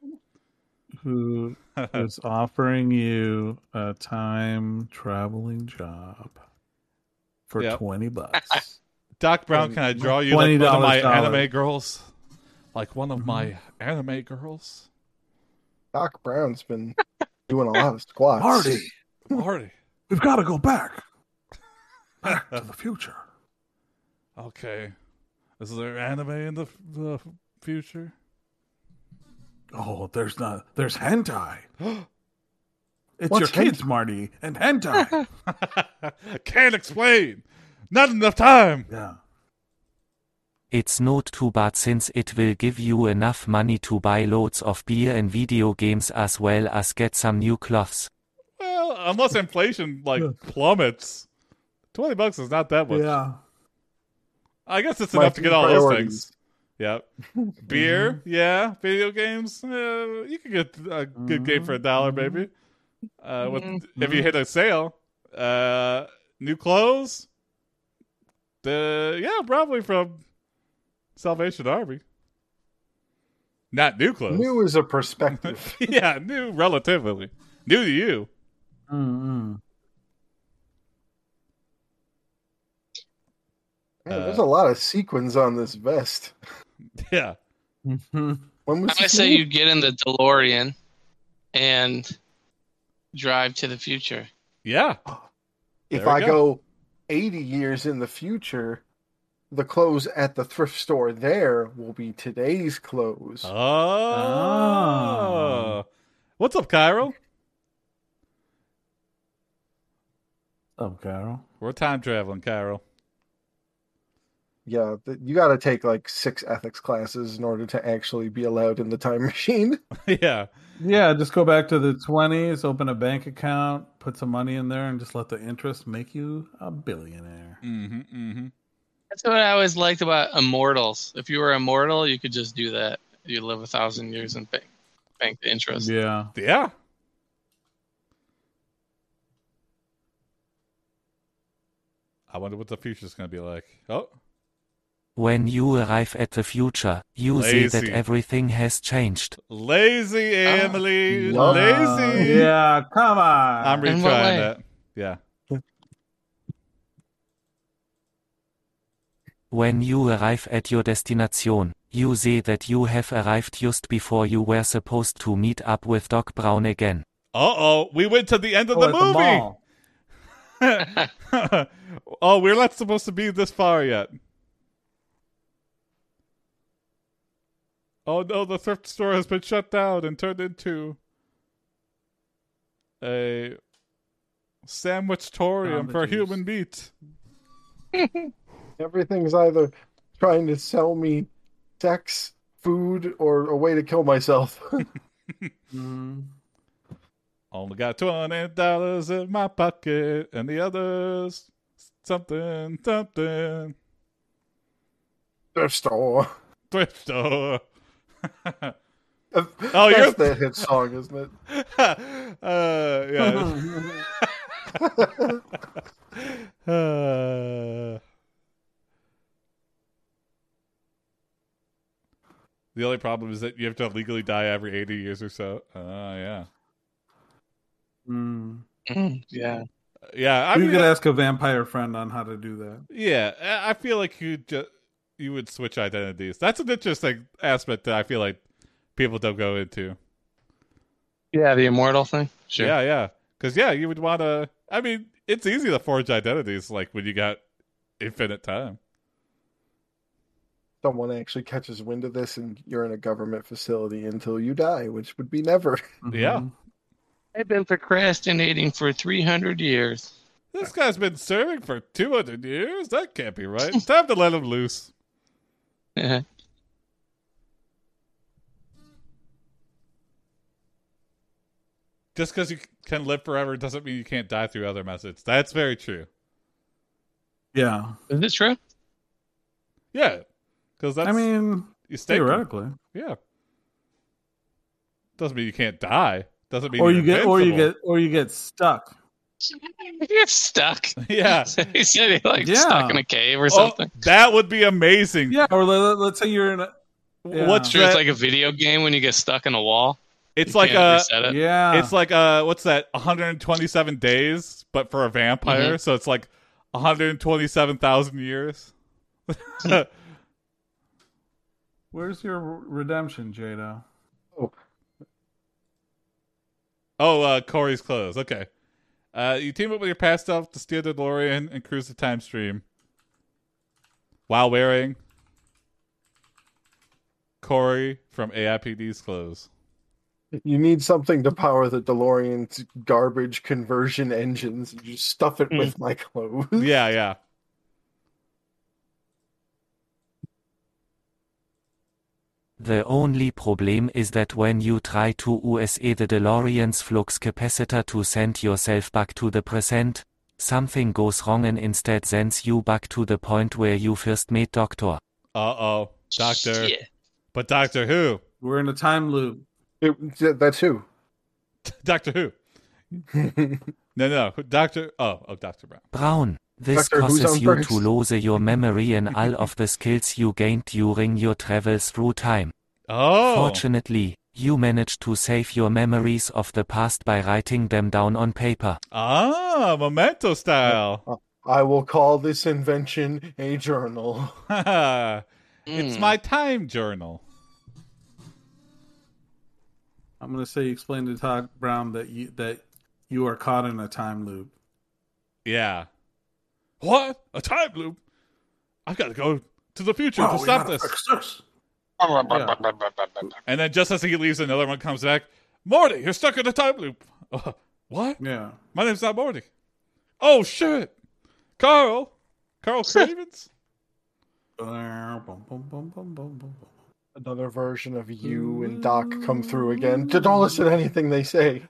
S2: who is offering you a time traveling job for
S1: Yep.
S2: 20 bucks.
S1: Doc Brown, can I draw you like one of
S2: $20
S1: my
S2: dollar. Mm-hmm.
S1: anime girls? Like one of my anime girls?
S3: Doc Brown's been doing a lot of squats.
S1: Marty.
S2: we've got to go back. Back to the future.
S1: Okay. Is there anime in the, the future?
S2: Oh, there's not there's hentai. It's
S3: What's
S2: your kids, Marty, and hentai.
S1: Can't explain. Not enough time.
S2: yeah.
S6: It's not too bad since it will give you enough money to buy loads of beer and video games as well as get some new clothes.
S1: Well, unless inflation like plummets. Twenty bucks is not that much.
S2: Yeah.
S1: I guess it's
S3: My
S1: enough to
S3: few
S1: get all those
S3: priorities. Mm-hmm.
S1: things. Yep. Beer, yeah. Video games, uh, you can get a good game for a dollar,
S3: Mm-hmm.
S1: maybe. Uh, with if you hit a sale, uh, new clothes. The yeah, probably from Salvation Army. Not new clothes.
S3: New is a perspective.
S1: yeah, new relatively new to you.
S2: Mm-mm.
S3: Man, there's a lot of sequins on this vest.
S1: Yeah.
S3: When was
S5: I
S3: this
S5: say
S3: made?
S5: you get in the DeLorean and drive to the future.
S1: Yeah.
S3: if
S1: There we
S3: I
S1: go.
S3: go. 80 years in the future, the clothes at the thrift store there will be today's clothes.
S1: Oh.
S3: Ah.
S2: Oh.
S1: What's up, Cairo?
S2: Oh, Carol.
S1: We're time traveling, Cairo.
S3: Yeah, th- you got to take like six ethics classes in order to actually be allowed in the time machine.
S1: yeah.
S2: Yeah, just go back to the twenties, open a bank account, put some money in there, and just let the interest make you a billionaire.
S1: Mm-hmm, mm-hmm.
S5: That's what I always liked about immortals. If you were immortal, you could just do that. You live a thousand years and bank, bank the interest.
S2: Yeah.
S1: Yeah. I wonder what the future's going to be like. Oh,
S6: When you arrive at the future, you see that
S1: Lazy.
S6: everything has changed.
S1: lazy Emily.
S3: yeah.
S1: Lazy.
S2: Yeah, come on.
S1: I'm
S5: In
S1: retrying
S5: what way?
S1: that. Yeah.
S6: When you arrive at your destination, you see that you have arrived just before you were supposed to meet up with Doc Brown again.
S1: Uh oh. We went to the end of
S2: Oh,
S1: the
S2: at the
S1: movie.
S2: mall.
S1: oh, we're not supposed to be this far yet. Oh no, the thrift store has been shut down and turned into a sandwichatorium for
S2: Sandwiches.
S1: human meat.
S3: Everything's either trying to sell me sex, food, or a way to kill myself.
S1: Mm-hmm.
S2: Mhm.
S1: Only got twenty dollars in my pocket, and the others something something
S3: Thrift store.
S1: thrift store.
S3: Oh,
S1: you're-
S3: That's the hit song, isn't it?
S1: uh, yeah. Uh, the only problem is that you have to legally die every 80 years or so. Oh, yeah.
S2: Mm.
S5: Mm, yeah.
S1: Yeah, I
S2: you
S1: mean,
S2: could ask a vampire friend on how to do that.
S1: yeah, I- I feel like you just you would switch identities. That's an interesting aspect that I feel like people don't go into.
S5: Yeah, the immortal thing. Sure.
S1: Yeah, yeah. Because yeah, you would want to. I mean, it's easy to forge identities like when you got infinite time.
S3: Someone actually catches wind of this, and you're in a government facility until you die, which would be never.
S2: Mm-hmm.
S1: Yeah.
S5: I've been procrastinating for 300 years.
S1: This guy's been serving for two hundred years. That can't be right. It's time to let him loose.
S5: Yeah.
S1: Just because you c- can live forever doesn't mean you can't die through other methods. That's very true.
S2: Yeah.
S5: Is it true?
S1: Yeah, because that's
S2: I mean,
S1: you stay.
S2: theoretically.
S1: Yeah. Doesn't mean you can't die. Doesn't mean
S2: Or you
S1: you're
S2: get or you
S1: invincible.
S2: get or you get stuck.
S5: You're stuck.
S1: yeah.
S5: he said he like
S2: Yeah.
S5: stuck in a cave or
S1: Oh,
S5: something.
S1: that would be amazing.
S2: Yeah, or let, let's say you're in a Yeah.
S1: What's
S5: True,
S1: that?
S5: it's like a video game when you get stuck in a wall.
S1: it's
S5: you
S1: like
S5: can't
S1: a
S5: reset it.
S2: yeah.
S1: it's like uh what's that 127 days but for a vampire
S5: Mm-hmm.
S1: so it's like 127,000 years
S2: Where's your re- redemption, Jada?
S1: oh uh Corey's clothes okay uh you team up with your past self to steal the DeLorean and cruise the time stream while wearing Corey from AIPD's clothes
S3: You need something to power the DeLorean's garbage conversion engines. You just stuff it with my clothes.
S1: yeah yeah
S6: The only problem is that when you try to use the DeLorean's flux capacitor to send yourself back to the present, something goes wrong and instead sends you back to the point where you first met Doctor.
S1: uh-oh doctor
S5: Shit.
S1: but doctor who
S2: We're in a time loop.
S3: It- that's who.
S1: doctor who no no doctor oh oh doctor brown
S6: Brown, this
S3: Doctor, who's
S6: causes
S3: on
S6: you
S3: first?
S6: to lose your memory and all of the skills you gained during your travels through time.
S1: oh
S6: Fortunately, you managed to save your memories of the past by writing them down on paper.
S1: Ah, memento style.
S3: I will call this invention a journal.
S1: it's my time journal.
S2: I'm gonna say you explained to Todd Brown that you that you are caught in a time loop.
S1: Yeah. What? A time loop? I've got to go to the future
S2: Oh,
S1: to
S2: we
S1: stop
S2: gotta
S1: this.
S2: fix this.
S1: And then just as he leaves, another one comes back. Morty, you're stuck in a time loop. Uh, what?
S2: Yeah.
S1: My name's not Morty. Oh, shit. Carl. Carl Stevens?
S2: Bum, bum, bum, bum, bum, bum.
S3: Another version of you and Doc come through again. Don't listen to anything they say.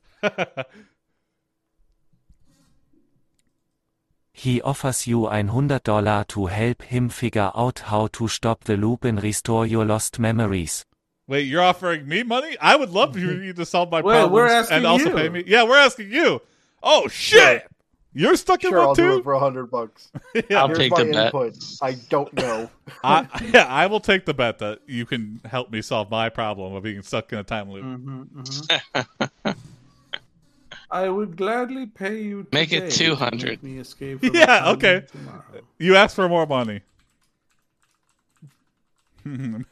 S6: He offers you $100 to help him figure out how to stop the loop and restore your lost memories.
S1: Wait, you're offering me money? I would love for you to solve my
S2: Wait,
S1: problems
S2: we're asking
S1: and also
S2: you.
S1: pay me. Yeah, we're asking you. Oh shit! You're stuck
S3: Sure,
S1: in
S3: I'll
S1: one
S3: do it
S1: too.
S3: for a hundred bucks.
S5: I'll
S3: Here's
S5: take
S3: my
S5: the bet.
S3: input. I don't know.
S1: I, yeah, I will take the bet that you can help me solve my problem of being stuck in a time loop.
S2: Mhm, mhm. I would gladly pay you.
S5: Make
S2: today
S5: it
S2: to
S5: 200.
S2: make me escape from a
S1: Yeah,
S2: time
S1: okay.
S2: loop tomorrow.
S1: You asked for more money.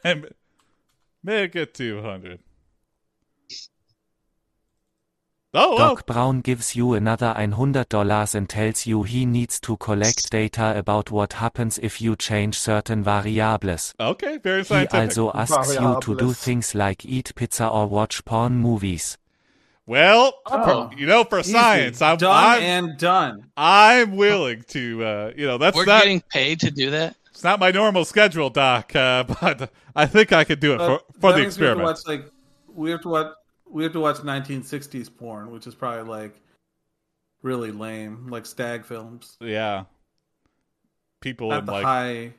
S1: Make it two hundred. Oh, wow.
S6: Doc Brown gives you another $100 and tells you he needs to collect data about what happens if you change certain variables.
S1: Okay, very
S6: He
S1: scientific.
S6: also asks you to do
S3: Variables.
S6: things like eat pizza or watch porn movies.
S1: well,
S2: Oh.
S1: you know, for
S2: Easy.
S1: science, I'm
S2: done
S1: I'm,
S2: and done.
S1: I'm willing to. Uh, you know, that's
S5: We're
S1: not
S5: getting paid to do that.
S1: it's not my normal schedule, Doc. Uh, but I think I could do it for, for
S2: Uh,
S1: the
S2: that means we have to
S1: experiment.
S2: watch, like we have to watch we have to watch 1960s porn, which is probably like really lame, like stag films.
S1: Yeah, people
S2: Not
S1: in
S2: the
S1: like
S2: high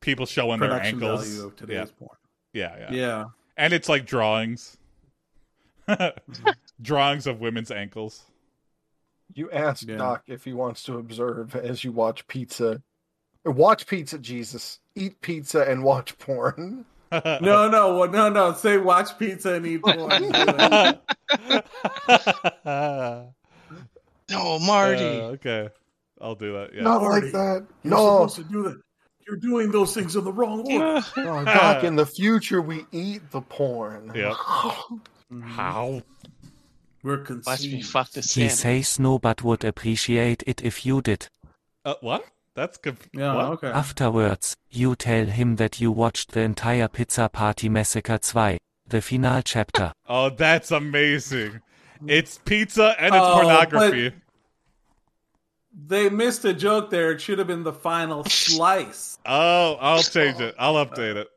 S1: people showing their
S2: production
S1: ankles.
S2: value of
S1: yeah,
S2: today's porn.
S1: yeah, yeah,
S2: Yeah.
S1: and it's like drawings, drawings of women's ankles.
S3: You ask
S2: Yeah.
S3: Doc if he wants to observe as you watch pizza. Watch pizza, Jesus. Eat pizza and watch porn.
S2: No, no, well, no, no. Say watch pizza and eat porn.
S5: No, Marty.
S1: Uh, okay, I'll do that. Yeah.
S3: Not
S2: Party.
S3: like that.
S2: You're
S3: no,
S2: supposed to do that. You're doing those things in the wrong order.
S5: Yeah.
S3: no, Oh, Doc. In the future, we eat the porn.
S1: Yep. How?
S2: We're
S5: Watch me
S2: conceived.
S5: fuck this
S6: He
S5: salmon.
S6: says no but would appreciate it if you did.
S1: Uh, what? That's conf-
S2: Yeah,
S1: what?
S2: okay.
S6: Afterwards, you tell him that you watched the entire Pizza Party Massacre 2, the final chapter.
S1: Oh, that's amazing. It's pizza and it's
S2: Oh,
S1: pornography.
S2: They missed a joke there. It should have been the final slice.
S1: Oh, I'll change it. I'll update it.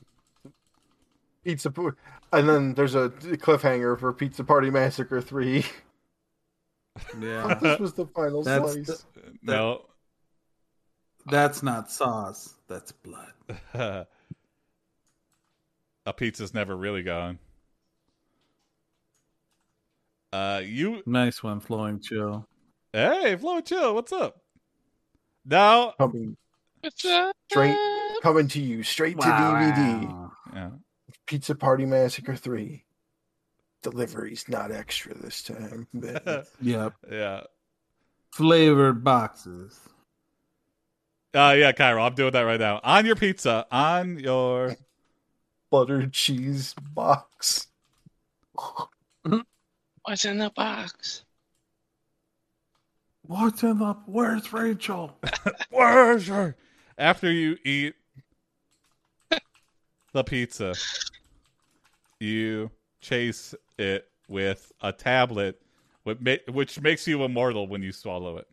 S3: Pizza, po- and then there's a cliffhanger for Pizza Party Massacre Three.
S2: Yeah.
S3: this was the final
S2: That's
S3: slice.
S2: the-
S1: No.
S2: That's not sauce. That's blood.
S1: A pizza's never really gone. Uh, you.
S2: Nice one, flowing chill.
S1: Hey, Flo and Chill, what's up? Now,
S3: Coming,
S5: What's up?
S3: Straight. coming to you straight to DVD.
S1: yeah.
S3: Pizza Party Massacre Three. Delivery's not extra this time. but-
S2: Yep.
S1: yeah.
S2: Flavored boxes.
S1: Uh, yeah, Cairo, I'm doing that right now. On your pizza, on your.
S3: butter cheese box.
S5: What's in the box?
S2: What's in the? Where's Rachel?
S1: Where's your- After you eat the pizza, you chase it with a tablet, which ma- which makes you immortal when you swallow it.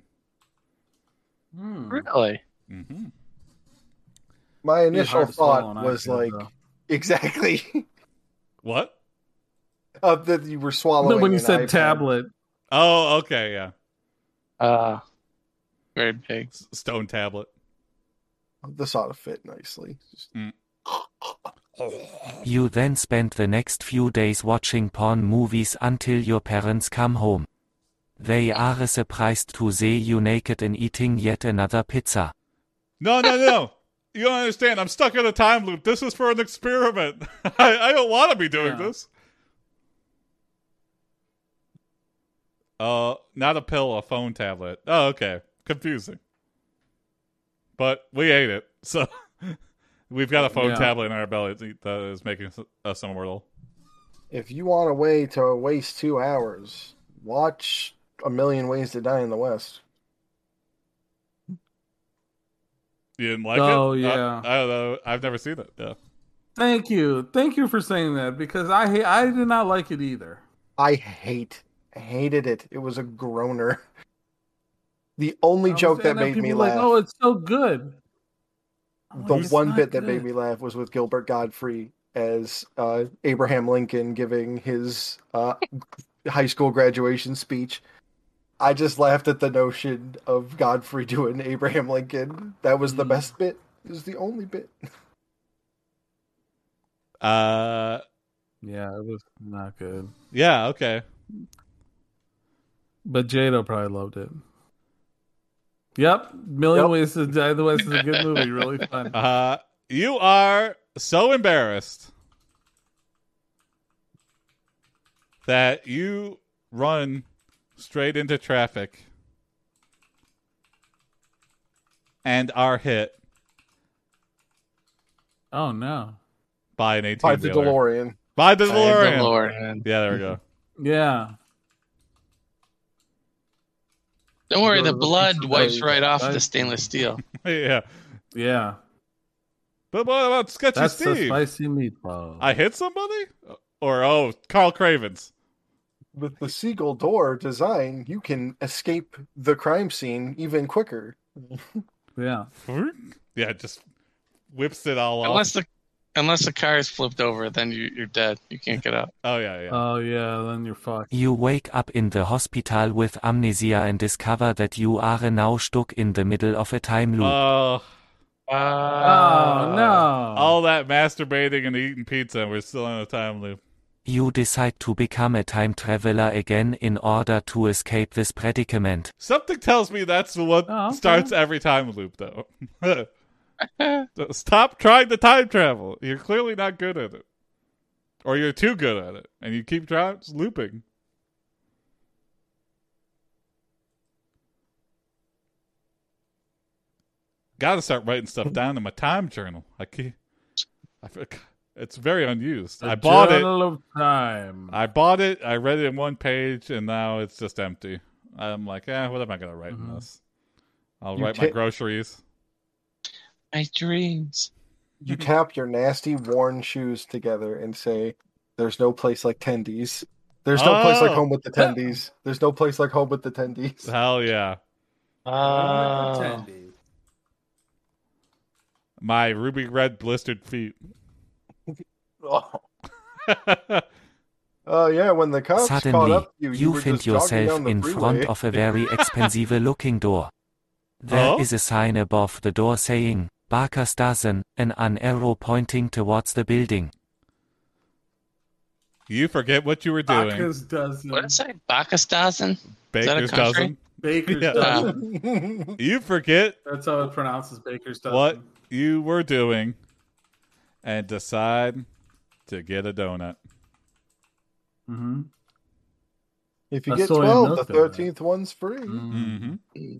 S2: Hmm.
S5: Really?
S1: hmm
S3: My
S2: Be
S3: initial
S2: hard to swallow
S3: thought
S2: on
S3: was
S2: accident,
S3: like exactly
S1: What?
S3: of that you were
S2: though. No,
S3: swallowing.
S2: when you
S3: an
S2: said
S3: iPhone.
S2: tablet.
S1: Oh, okay, yeah.
S5: Uh, very big.
S1: S- stone tablet.
S3: this ought to fit nicely. Just-
S6: You then spend the next few days watching porn movies until your parents come home. They are surprised to see you naked and eating yet another pizza.
S1: No, no, no. you don't understand. I'm stuck in a time loop. This is for an experiment. I, I don't want to be doing
S2: Yeah.
S1: this. Uh, not a pill, a phone tablet. Oh, okay. Confusing. But we ate it, so we've got a phone
S2: Yeah.
S1: tablet in our belly that is making us- us immortal.
S3: If you want a way to waste two hours, watch A Million Ways to Die in the West.
S1: You didn't like
S2: Oh,
S1: it? I-
S2: yeah.
S1: I, don't know. I've never seen it. Yeah.
S2: Thank you, thank you for saying that because I hate. I did not like it either.
S3: I hate, I hated it. It was a groaner. The only
S2: I was-
S3: joke that
S2: and then
S3: made me
S2: people were
S3: laugh,
S2: like, Oh, it's so good. I'm
S3: the
S2: like, "It's
S3: one
S2: Oh, not
S3: bit that made
S2: good."
S3: me laugh was with Gilbert Godfrey as uh, Abraham Lincoln giving his uh, high school graduation speech. I just laughed at the notion of Godfrey doing Abraham Lincoln. That was the
S2: Mm.
S3: best bit. It was the only bit.
S1: Uh,
S2: Yeah, it was not good.
S1: yeah. Okay.
S2: But Jado probably loved it. Yep, Million
S3: Yep.
S2: Ways to Die in the West is a good movie. Really fun.
S1: Uh, you are so embarrassed that you run straight into traffic and are hit
S2: Oh no.
S1: by an 18
S2: Oh,
S3: By the DeLorean.
S1: By the
S5: By
S1: DeLorean.
S5: The DeLorean.
S1: Yeah, there we go.
S2: Yeah.
S5: Don't worry,
S2: Go
S5: the
S2: to the
S5: blood
S2: pizza
S5: wipes
S2: place,
S5: right off
S2: right?
S5: the stainless steel.
S1: yeah.
S2: Yeah.
S1: But what about Sketchy
S2: That's the
S1: Steve?
S2: spicy meatball.
S1: I hit somebody? Or, oh, Carl Cravens.
S3: With the seagull door design, you can escape the crime scene even quicker.
S2: yeah.
S1: Yeah, just whips it all off.
S5: Unless the unless the car is flipped over, then you, you're dead. You can't get out.
S1: Oh, yeah, yeah.
S2: Oh yeah, then you're fucked.
S6: You wake up in the hospital with amnesia and discover that you are now stuck in the middle of a time loop.
S1: Oh,
S5: Uh,
S2: oh no.
S1: all that masturbating and eating pizza, and we're still in a time loop.
S6: you decide to become a time traveler again in order to escape this predicament.
S1: Something tells me that's what
S2: Oh, okay.
S1: starts every time loop, though. Stop trying to time travel. You're clearly not good at it, or you're too good at it, and you keep trying it's looping. Got to start writing stuff down in my time journal. I can't. I, feel- it's very unused.
S2: The
S1: I bought it. Oh.
S2: Journal of Time.
S1: I bought it, I read it in one page, and now it's just empty. I'm like, eh, what am I gonna write in
S5: Mm-hmm.
S2: Mhm.
S1: this? I'll
S3: You
S1: write my
S3: ta-
S1: groceries.
S5: My dreams.
S3: You tap your nasty worn shoes together and say, There's no place like Tendies. There's no place like
S1: Oh.
S3: home with the Tendies. There's no place like home with the Tendies.
S1: Hell yeah.
S2: Oh.
S1: My ruby red blistered feet.
S3: Oh,
S1: yeah,
S3: Oh, yeah, when the cops caught
S6: Suddenly,
S3: up to
S6: you,
S3: you, you, were
S6: find
S3: just jogging
S6: yourself
S3: down the
S6: in
S3: freeway.
S6: front of a very expensive looking door. There is
S1: Oh?
S6: a sign above the door saying, Barker's Dozen, and an arrow pointing towards the building.
S1: you forget what you were doing.
S2: Baker's dozen.
S5: What is that? Bakastasen? that a
S1: Baker's
S5: country?
S1: dozen.
S2: Baker's
S1: Yeah.
S2: dozen.
S1: You forget
S2: That's how it pronounces Baker's dozen.
S1: what you were doing, and decide to get a donut.
S2: Mm-hmm.
S3: if you
S2: A
S3: get
S2: soy and
S3: 12, the
S2: milk donut.
S3: 13th one's free.
S6: Mm.
S2: Mm.
S5: Mm.
S1: Mm-hmm.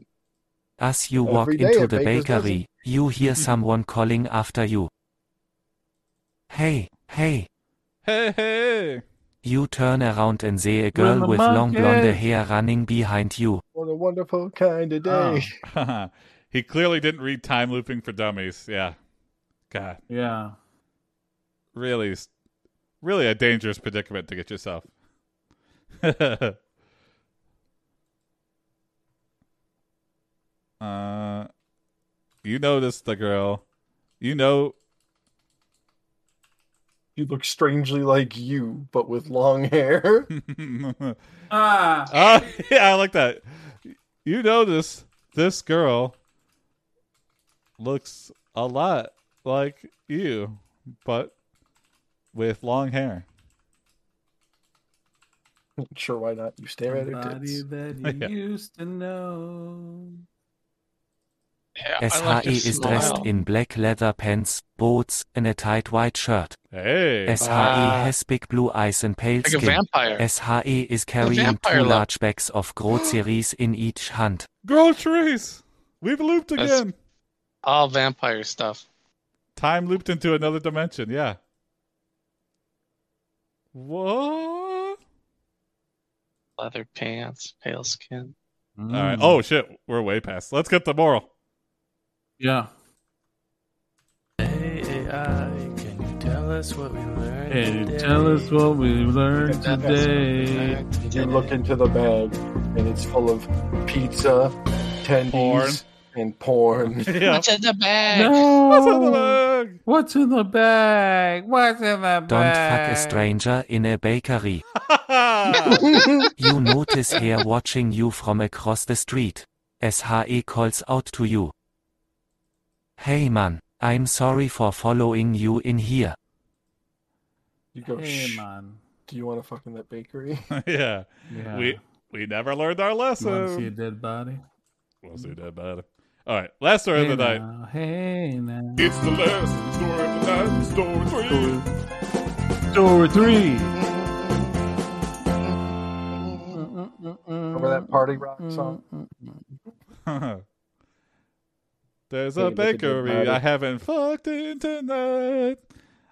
S6: As you
S3: Every
S6: walk
S3: day
S6: into
S3: at
S6: the
S3: Baker's Dozen.
S6: bakery, you hear someone calling after you. Hey, hey.
S1: Hey, hey.
S6: You turn around and see a girl
S2: the
S6: with long blonde
S2: monkeys.
S6: hair running behind you.
S3: What a wonderful kind of day.
S1: Ah. he clearly didn't read time looping for dummies. Yeah. God.
S2: Yeah.
S1: really really a dangerous predicament to get yourself uh Uh, you notice the girl you know
S3: You look strangely like you, but with long hair.
S2: Ah.
S1: Ah, yeah i like that you notice this girl looks a lot like you but with long hair
S3: sure, why not? You stare at her
S2: Somebody
S3: tits.
S2: that
S1: Yeah.
S2: you used to know.
S5: Yeah, I
S6: SHE
S5: like your
S6: E is dressed
S5: smile.
S6: in black leather pants, boots, and a tight white shirt.
S1: hey
S6: SHE
S5: Ah.
S6: E has big blue eyes and pale
S5: like a
S6: skin.
S5: vampire.
S6: SHE is carrying two
S5: vampire look.
S6: large bags of groceries in each hand.
S1: groceries we've looped
S5: That's-
S1: again
S5: All vampire stuff.
S1: Time looped into another dimension. Yeah. What?
S5: Leather pants, pale skin.
S1: All right.
S2: Mm.
S1: Oh shit, we're way past. Let's get the moral.
S2: Yeah.
S7: Hey, AI, can you tell us what we learned?
S2: Hey,
S7: today?
S2: tell us what we learned
S3: That's-
S2: today.
S3: You look into the bag, and it's full of pizza, tendies,
S1: Porn.
S3: and porn.
S1: yeah.
S5: What's in the bag?
S1: What's on the
S2: No.
S1: bag?
S2: What's in the bag? What's in the bag?
S6: Don't fuck a stranger in a bakery. You notice her watching you from across the street. SHE calls out to you. Hey man, I'm sorry for following you in here.
S3: You go,
S2: Hey,
S3: Shh,
S2: man.
S3: do you want to fuck in that bakery?
S1: Mm. yeah.
S2: Yeah.
S1: We we never learned our
S2: you want to see a
S1: lesson.
S2: dead body?
S1: We'll see that about it. All right. Last story
S2: hey
S1: of the night.
S2: now, Hey now.
S1: It's the last story of the night. Story three.
S2: Story three.
S3: Remember that party rock
S2: Mm.
S3: song?
S1: There's
S3: Hey,
S1: a
S3: look at the
S1: bakery
S3: body.
S1: I haven't fucked in tonight.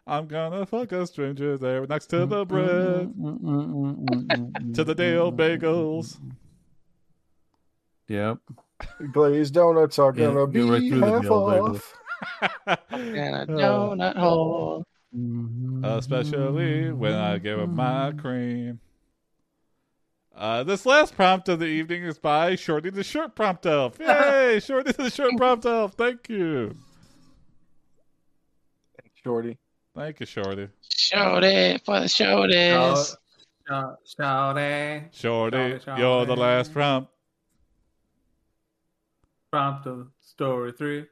S1: I'm gonna fuck a stranger there next to the bread, to
S2: to
S1: the Dale bagels.
S2: Yep.
S3: Glazed donuts are
S2: Yeah,
S3: gonna
S2: go
S3: be
S2: right through the
S3: half
S2: Dale bagel.
S3: off.
S5: And a
S1: Uh,
S5: donut hole.
S2: Mm-hmm.
S1: especially when I give up my cream. Uh, this last prompt of the evening is by Shorty the Short Prompt Elf. Yay, Shorty the Short Prompt Elf. Thank you.
S3: Shorty.
S1: Thank you, Shorty.
S5: Showed it for the showed
S2: Shout,
S5: it.
S2: shout, shout,
S1: Shorty,
S2: Shorty, Shorty.
S1: you're the last prompt.
S2: prompt of story three.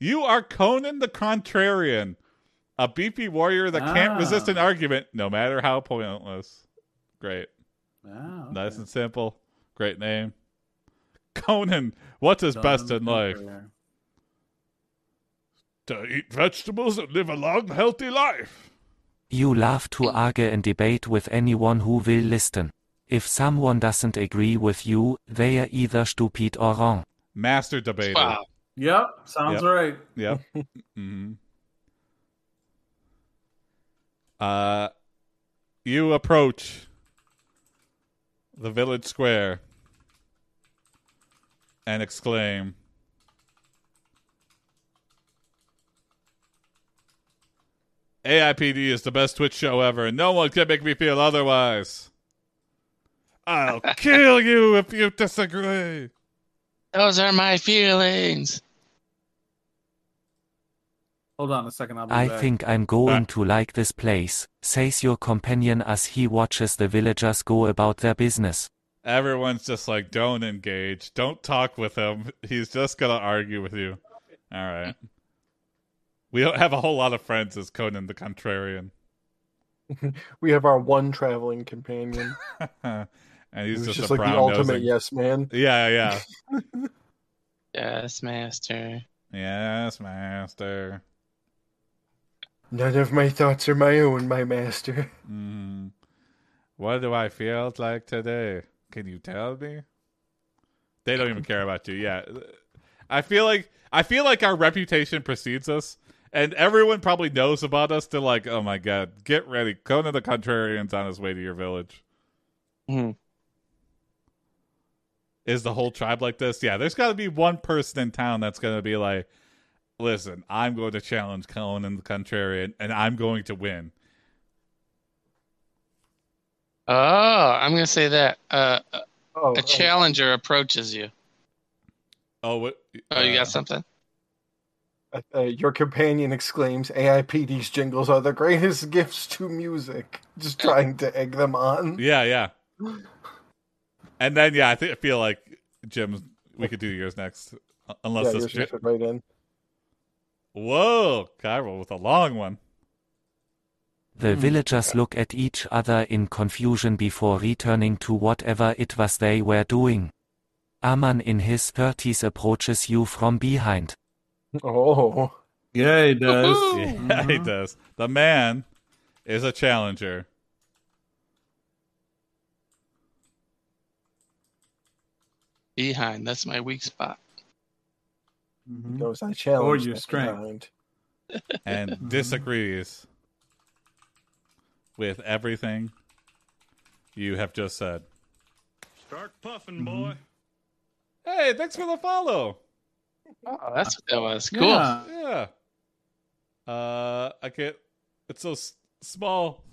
S1: You are Conan the Contrarian, a beefy warrior that can't
S2: Ah.
S1: resist an argument, no matter how pointless. Great.
S2: Wow, okay.
S1: Nice and simple. Great name. Conan, what's his
S2: Done
S1: best in
S2: good
S1: life?
S2: there.
S1: To eat vegetables and live a long, healthy life.
S6: You love to argue and debate with anyone who will listen. If someone doesn't agree with you, they are either stupid or wrong.
S1: Master debater.
S5: Wow.
S2: Yep, sounds
S1: Yep.
S2: right.
S1: Yep. hmm Uh, you approach the village square and exclaim, AIPD is the best Twitch show ever, and no one can make me feel otherwise. I'll kill you if you disagree.
S5: Those are my feelings.
S2: Hold on a second. I'll be
S6: I
S2: back.
S6: think I'm going
S1: Back.
S6: to like this place, says your companion as he watches the villagers go about their business.
S1: everyone's just like don't engage don't talk with him he's just gonna argue with you all right we don't have a whole lot of friends as conan the contrarian
S3: We have our one traveling companion.
S1: and
S3: He's
S1: he's
S3: just,
S1: just, a
S3: like the
S1: brown nosing.
S3: ultimate yes man.
S1: yeah yeah
S5: Yes, master.
S1: yes master
S3: None of my thoughts are my own, my master.
S1: Mhm. what do i feel like today can you tell me they don't even care about you yeah i feel like i feel like our reputation precedes us and everyone probably knows about us they're like oh my god get ready conan the contrarian's on his way to your village
S5: Hmm.
S1: is the whole tribe like this yeah there's got to be one person in town that's going to be like listen i'm going to challenge conan the contrarian and i'm going to win
S5: Oh, I'm gonna say that. Uh, a-
S3: Oh,
S5: a challenger approaches you.
S1: oh what
S5: Oh, you
S1: uh,
S5: got something?
S3: uh, uh, your companion exclaims, "AIPD's jingles are the greatest gifts to music." Just trying to egg them on.
S1: Yeah, yeah. And then yeah, I think I feel like Jim's. We could do yours next, u- unless
S3: Yeah,
S1: this.
S3: yours should fit right in.
S1: Whoa, Chiral with a long one.
S6: The villagers look at each other in confusion before returning to whatever it was they were doing. Aman in his 30s approaches you from behind.
S3: Oh,
S2: Yeah, he does.
S1: Yeah, he does. The man is a challenger.
S5: Behind. That's my weak spot.
S2: Mhm.
S3: knows I challenge.
S2: your
S3: that
S2: strength.
S3: kind.
S1: and disagrees with everything you have just said.
S8: Start puffing, boy.
S1: Mm-hmm. Hey, thanks for the follow.
S5: Oh, that's what that was. Cool.
S2: Yeah.
S1: Yeah. Uh, I can't. It's so s- small.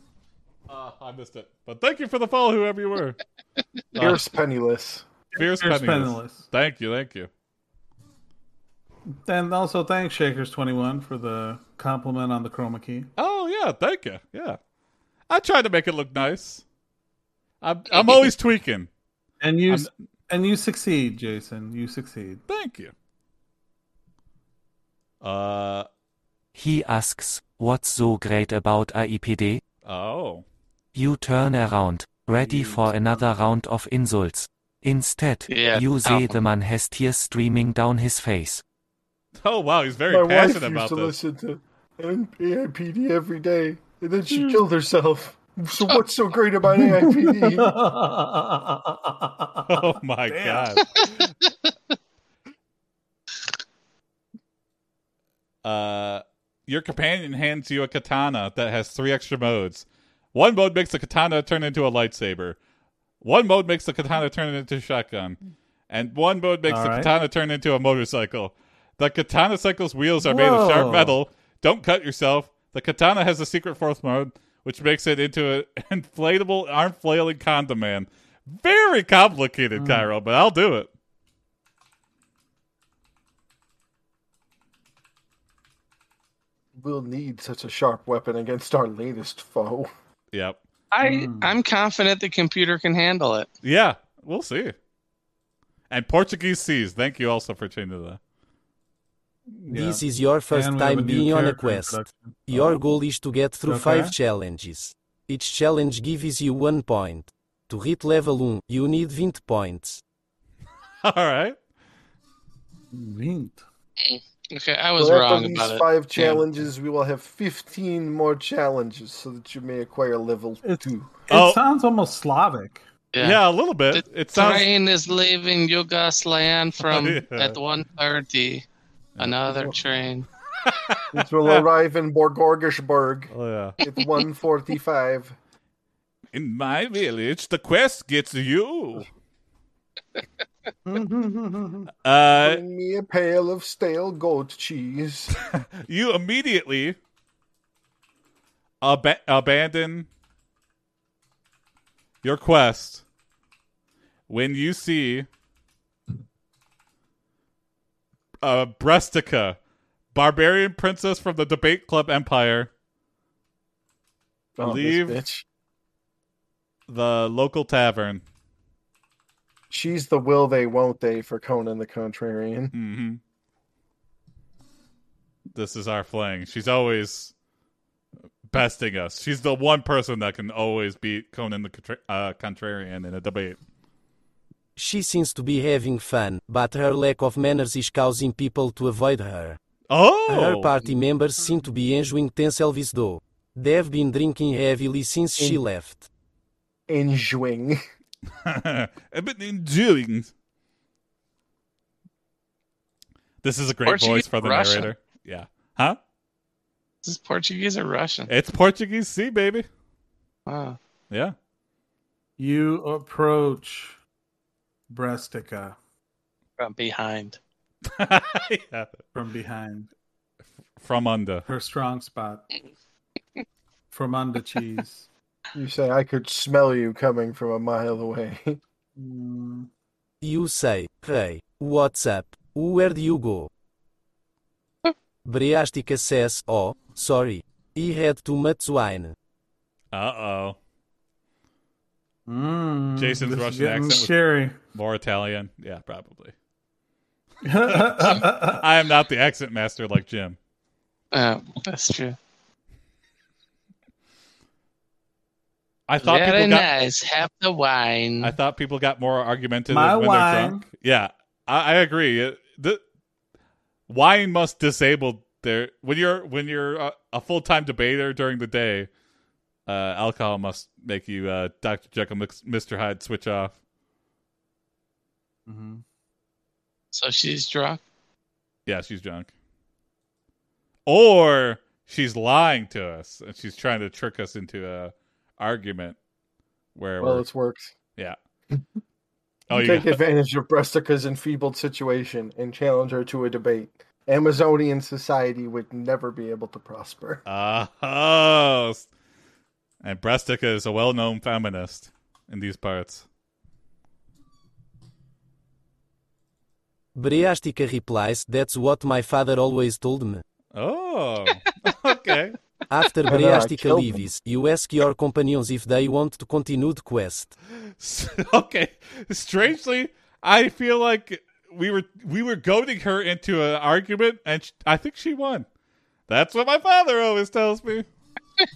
S1: Uh, I missed it. But thank you for the follow, whoever you were. Uh,
S3: Fierce penniless.
S1: Fierce,
S2: Here's
S1: Penniless.
S2: Penniless.
S1: Thank you, thank you.
S2: And also thanks Shakers21 for the compliment on the chroma key.
S1: Oh yeah, thank you. Yeah, I tried to make it look nice. I'm I'm always tweaking.
S2: And you
S1: I'm-
S2: and you succeed, Jason. You succeed.
S1: Thank you. Uh
S6: He asks, What's so great about AIPD?
S1: oh.
S6: You turn around, ready for another round of insults. Instead,
S5: Yeah,
S6: you see
S5: ow.
S6: the man has tears streaming down his face.
S1: Oh wow, he's very
S3: My wife used
S1: passionate about
S3: to
S1: this.
S3: listen to AIPD every day, and then
S1: Hmm.
S3: she killed herself. So what's so great about AIPD?
S1: Oh my
S2: Damn.
S1: god. uh your companion hands you a katana that has three extra modes. One mode makes the katana turn into a lightsaber. One mode makes the katana turn into a shotgun. And one mode makes
S7: All
S1: the
S7: right.
S1: katana turn into a motorcycle. The katana cycle's wheels are made of sharp
S7: Whoa.
S1: metal. Don't cut yourself. The katana has a secret fourth mode, which makes it into an inflatable arm flailing condom man. Very complicated, Cairo, but I'll do it.
S3: We'll need such a sharp weapon against our latest foe.
S1: Yep.
S5: I I'm confident the computer can handle it.
S1: Yeah, we'll see. And Portuguese seas. Thank you also for changing that.
S9: This is your first
S2: And we have
S9: time
S2: a new
S9: being on a
S2: character
S9: quest.
S2: introduction. Oh.
S9: Your goal is to get through
S2: Okay.
S9: 5 challenges. Each challenge gives you 1 point. To hit level 1, you need 20 points.
S1: All right.
S2: Vint.
S5: Okay, I was
S3: Well,
S5: wrong
S3: after these
S5: about it.
S3: five
S5: Yeah.
S3: challenges, we will have 15 more challenges so that you may acquire level
S2: It's-
S3: 2.
S2: It
S1: Oh.
S2: sounds almost Slavic.
S1: Yeah, a little bit.
S5: The
S1: it sounds
S5: train is leaving Yugoslavia from
S1: Yeah.
S5: at 1.30. Another train.
S3: It will arrive in Borgorgisburg
S1: Oh, yeah.
S3: at 1:45.
S1: In my village, the quest gets you. uh,
S3: Bring me a pail of stale goat cheese.
S1: you immediately ab- abandon your quest when you see uh, Brestica, barbarian princess from the debate club empire,
S3: Oh, this
S1: Leave.
S3: bitch.
S1: the local tavern.
S3: She's the will they won't they for Conan the Contrarian.
S1: Mm-hmm. This is our fling. She's always besting us. She's the one person that can always beat Conan the contra- uh, Contrarian in a debate.
S9: She seems to be having fun, but her lack of manners is causing people to avoid her. Her
S1: Oh,
S9: party members seem to be enjoying themselves though. They've been drinking heavily since she left.
S3: Enjoying.
S1: I've been enjoying. This is a great
S5: Portuguese
S1: voice for the
S5: Russian.
S1: narrator. Yeah, huh?
S5: Is this Portuguese or Russian?
S1: It's Portuguese sea, baby.
S5: Wow.
S1: Yeah.
S2: You approach Brestica
S5: From behind.
S1: yeah.
S2: from behind
S1: From under.
S2: her strong spot from under cheese.
S3: You say I could smell you coming from a mile away.
S2: Mm,
S9: You say, hey, what's up? Where do you go? Breastica says, oh, sorry. He had too much wine.
S1: Uh oh.
S2: mm,
S1: Jason's
S2: this is
S1: Russian
S2: getting
S1: accent was-
S2: Scary.
S1: More Italian. Yeah, probably. I am not the accent master like Jim.
S5: Oh, that's true.
S1: I thought
S5: Very
S1: people got.
S5: nice. Have the wine.
S1: I thought people got more argumentative
S2: My
S1: when they're
S2: wine.
S1: drunk. Yeah, I, I agree. It- The wine must disable their when you're when you're a, a full time debater during the day. Uh, alcohol must make you uh, Doctor Jekyll, Mister Hyde switch off.
S2: Mhm.
S5: so she's drunk.
S1: Yeah, she's drunk, or she's lying to us and she's trying to trick us into a argument where
S3: well,
S1: we're,
S3: it's worked.
S1: yeah.
S3: You
S1: Oh, you
S3: take
S1: got-
S3: advantage of Brestica's enfeebled situation and challenge her to a debate. Amazonian society would never be able to prosper.
S1: Ah, oh. And Brestica is a well known feminist in these parts.
S9: Breastica replies, that's what my father always told me.
S1: Oh, okay.
S9: After
S3: I know, I
S9: Breastica
S3: killed him.
S9: leaves, you ask your companions if they want to continue the quest.
S1: S- okay. Strangely, I feel like we were we were goading her into an argument, and sh I think she won. That's what my father always tells me.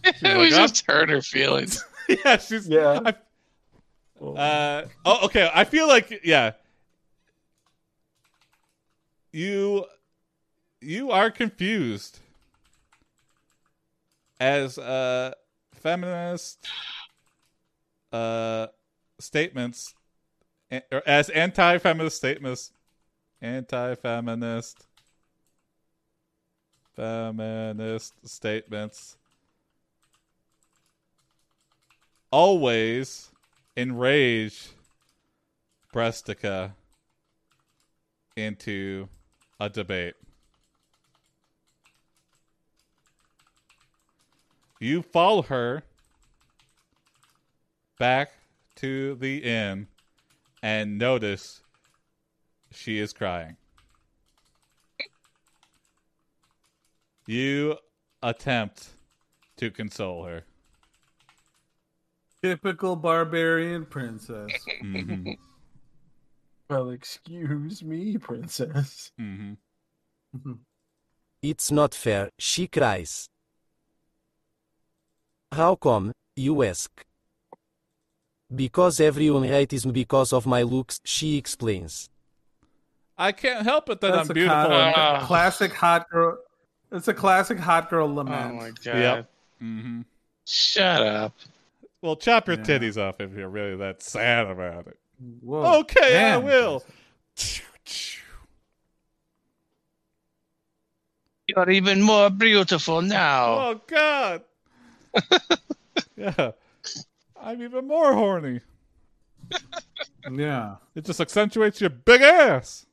S1: She's like,
S5: we
S1: "I'm-
S5: just hurt her feelings.
S1: yeah, she's
S3: Yeah.
S1: I, uh, oh, okay. I feel like yeah. You, you are confused as uh, feminist uh, statements, a- or as anti-feminist statements, anti-feminist feminist statements always enrage Brestica into a debate. You follow her back to the inn and notice she is crying. You attempt to console her.
S2: Typical barbarian princess.
S1: hmm
S3: Well, excuse me, princess.
S1: hmm
S9: It's not fair, she cries. How come, you ask? Because everyone hates me because of my looks, she explains.
S1: I can't help it that
S2: That's
S1: I'm
S2: a
S1: beautiful.
S2: con-
S5: Ah.
S2: classic hot girl. That's a classic hot girl
S5: Oh
S2: lament.
S5: my god.
S1: Yep. hmm
S5: Shut up.
S1: Well, chop your
S2: Yeah.
S1: titties off if you're really that sad about it.
S2: Whoa.
S1: okay, I
S2: Oh, Man.
S1: will.
S5: You're even more beautiful now.
S1: Oh God. yeah, I'm even more horny.
S2: Yeah.
S1: It just accentuates your big ass.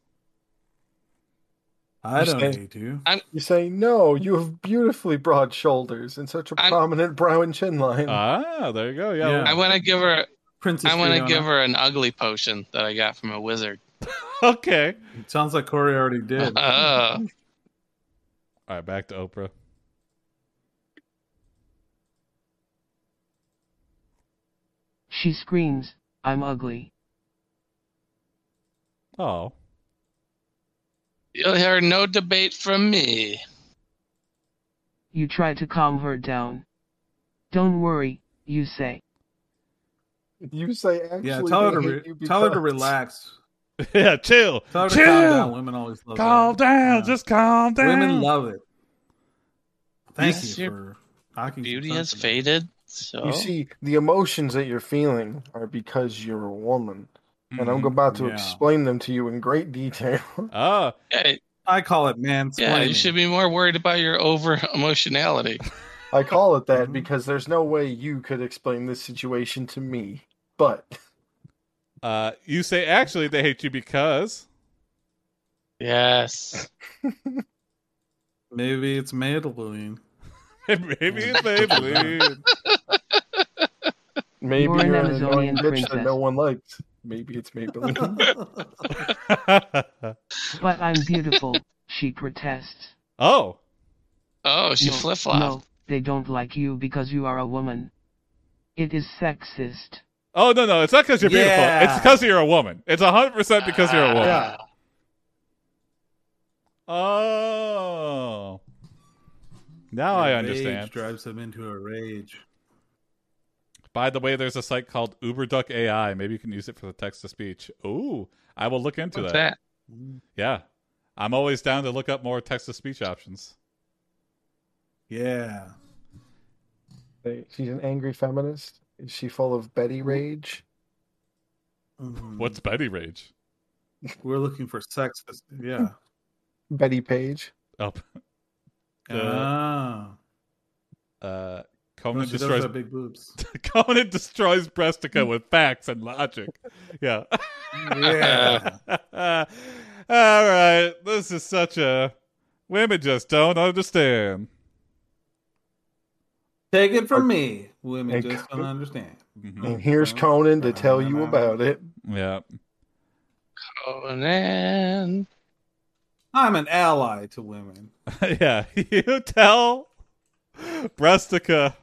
S2: I don't
S3: Understand.
S2: hate you.
S3: You say, no, you have beautifully broad shoulders and such a
S5: I'm-
S3: prominent brow and chin line.
S1: Ah, there you go.
S2: Yeah.
S1: Yeah.
S5: I want to give her.
S2: Princess.
S5: I want to
S2: Fiona.
S5: give her an ugly potion that I got from a wizard.
S1: Okay.
S2: It sounds like Corey already did.
S5: Uh,
S1: All right, back to Oprah.
S4: She screams, I'm ugly.
S1: Oh,
S5: you'll hear no debate from me.
S4: You try to calm her down. Don't worry, you say.
S3: You say, actually,
S2: yeah. Tell her
S3: they
S2: to
S3: hate
S2: re-
S3: you
S2: tell her to
S3: because-"
S2: relax.
S1: yeah. Chill.
S2: Tell her to
S1: chill.
S2: calm down. Women always love
S1: Calm
S2: that.
S1: down.
S2: Yeah.
S1: Just calm down.
S2: Women love it. Thank
S5: Yes,
S2: you
S5: your
S2: for knocking some
S5: Beauty has
S2: sense in
S5: faded. So
S3: You see, the emotions that you're feeling are because you're a woman. And I'm
S1: Mhm.
S3: about to
S2: yeah.
S3: explain them to you in great detail.
S1: Ah,
S5: Hey,
S2: it. I call it mansplaining.
S5: yeah, you should be more worried about your over emotionality.
S3: I call it that
S2: Mhm.
S3: because there's no way you could explain this situation to me. But
S1: uh, you say actually they hate you because
S5: Yes.
S2: Maybe it's Maybelline.
S1: maybe it's Maybelline.
S3: maybe
S4: You're an
S3: you're an
S4: Amazonian
S3: annoying bitch that
S4: princess.
S3: no one likes. Maybe it's Maybelline.
S4: But I'm beautiful, she protests.
S1: oh,
S5: Oh, she
S4: No,
S5: flip flopped.
S4: No, they don't like you because you are a woman. It is sexist.
S1: oh no no, it's not because you're
S2: Yeah.
S1: beautiful. It's because you're a woman. It's hundred percent because you're a woman.
S3: yeah.
S1: Oh, now I understand.
S2: drives them into a rage.
S1: By the way, there's a site called UberDuck AI. Maybe you can use it for the text to speech. Ooh, I will look into
S5: What's
S1: that.
S5: that?
S1: Yeah, I'm always down to look up more text to speech options.
S2: Yeah.
S3: Hey, She's an angry feminist. Is she full of Betty rage?
S2: Mhm.
S1: What's Betty Rage?
S2: Mm-hmm. we're looking for sexist? Yeah.
S3: Betty Page?
S1: Oh, Uh,
S2: Ah.
S1: uh,
S2: Oh,
S1: Conan
S2: she does
S1: destroys
S2: have big boobs.
S1: Conan destroys Brestica with facts and logic. Yeah.
S2: Yeah.
S1: All right. This is such a women just don't understand.
S2: Take it from me. Women
S3: Hey,
S2: just
S3: Co-
S2: don't understand.
S1: Mhm.
S3: And here's Conan to tell you about it.
S1: Yeah.
S5: Oh, Conan.
S2: I'm an ally to women.
S1: yeah. You tell Brestica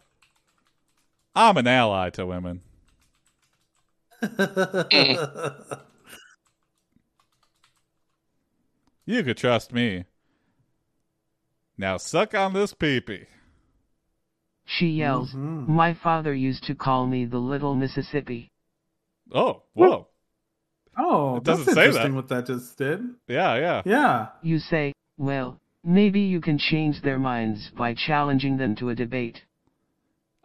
S1: I'm an ally to women.
S2: Oh,
S1: You could trust me. Now suck on this peepee.
S4: She yells,
S2: Mhm.
S4: My father used to call me the little Mississippi.
S1: Oh, whoa.
S2: Oh,
S1: It doesn't
S2: that's
S1: say
S2: interesting
S1: that.
S2: what that just did.
S1: Yeah, yeah.
S2: Yeah.
S4: You say, Well, maybe you can change their minds by challenging them to a debate.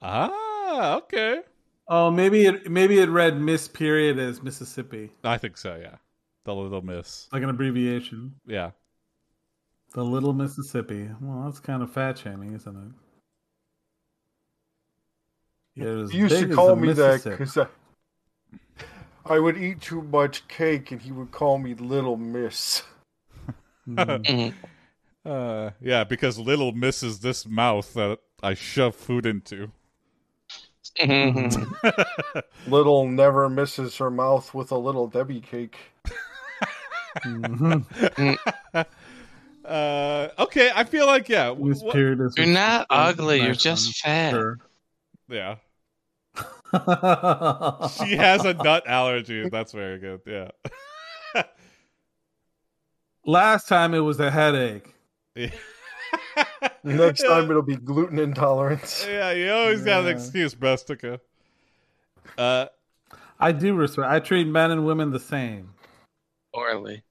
S1: Ah, okay.
S2: Oh, maybe it maybe it read Miss Period as Mississippi,
S1: I think so, yeah. The little miss.
S2: like an abbreviation.
S1: Yeah.
S2: The Little Mississippi. Well, that's kind of fat shaming, isn't it? You're as
S3: He used
S2: big
S3: to
S2: as
S3: call
S2: the
S3: me that
S2: Mississippi.
S3: because I, I would eat too much cake, and he would call me Little Miss.
S2: Mm-hmm.
S1: Uh, yeah, because little misses this mouth that I shove food into. Mm-hmm.
S3: Little never misses her mouth with a little Debbie cake.
S2: Mhm.
S1: Uh, okay, I feel like yeah, w-
S2: Miss
S1: w-
S2: Peerless
S5: You're
S2: is-
S5: not ugly, you're
S2: Nice
S5: just
S2: one.
S5: fat.
S2: Sure.
S1: yeah. She has a nut allergy. That's very good. Yeah.
S2: Last time it was a headache.
S3: Next time it'll be gluten intolerance.
S1: Yeah, you always got an
S2: Yeah.
S1: excuse, Bestica. Uh,
S2: I do respect. I treat men and women the same
S5: Orally.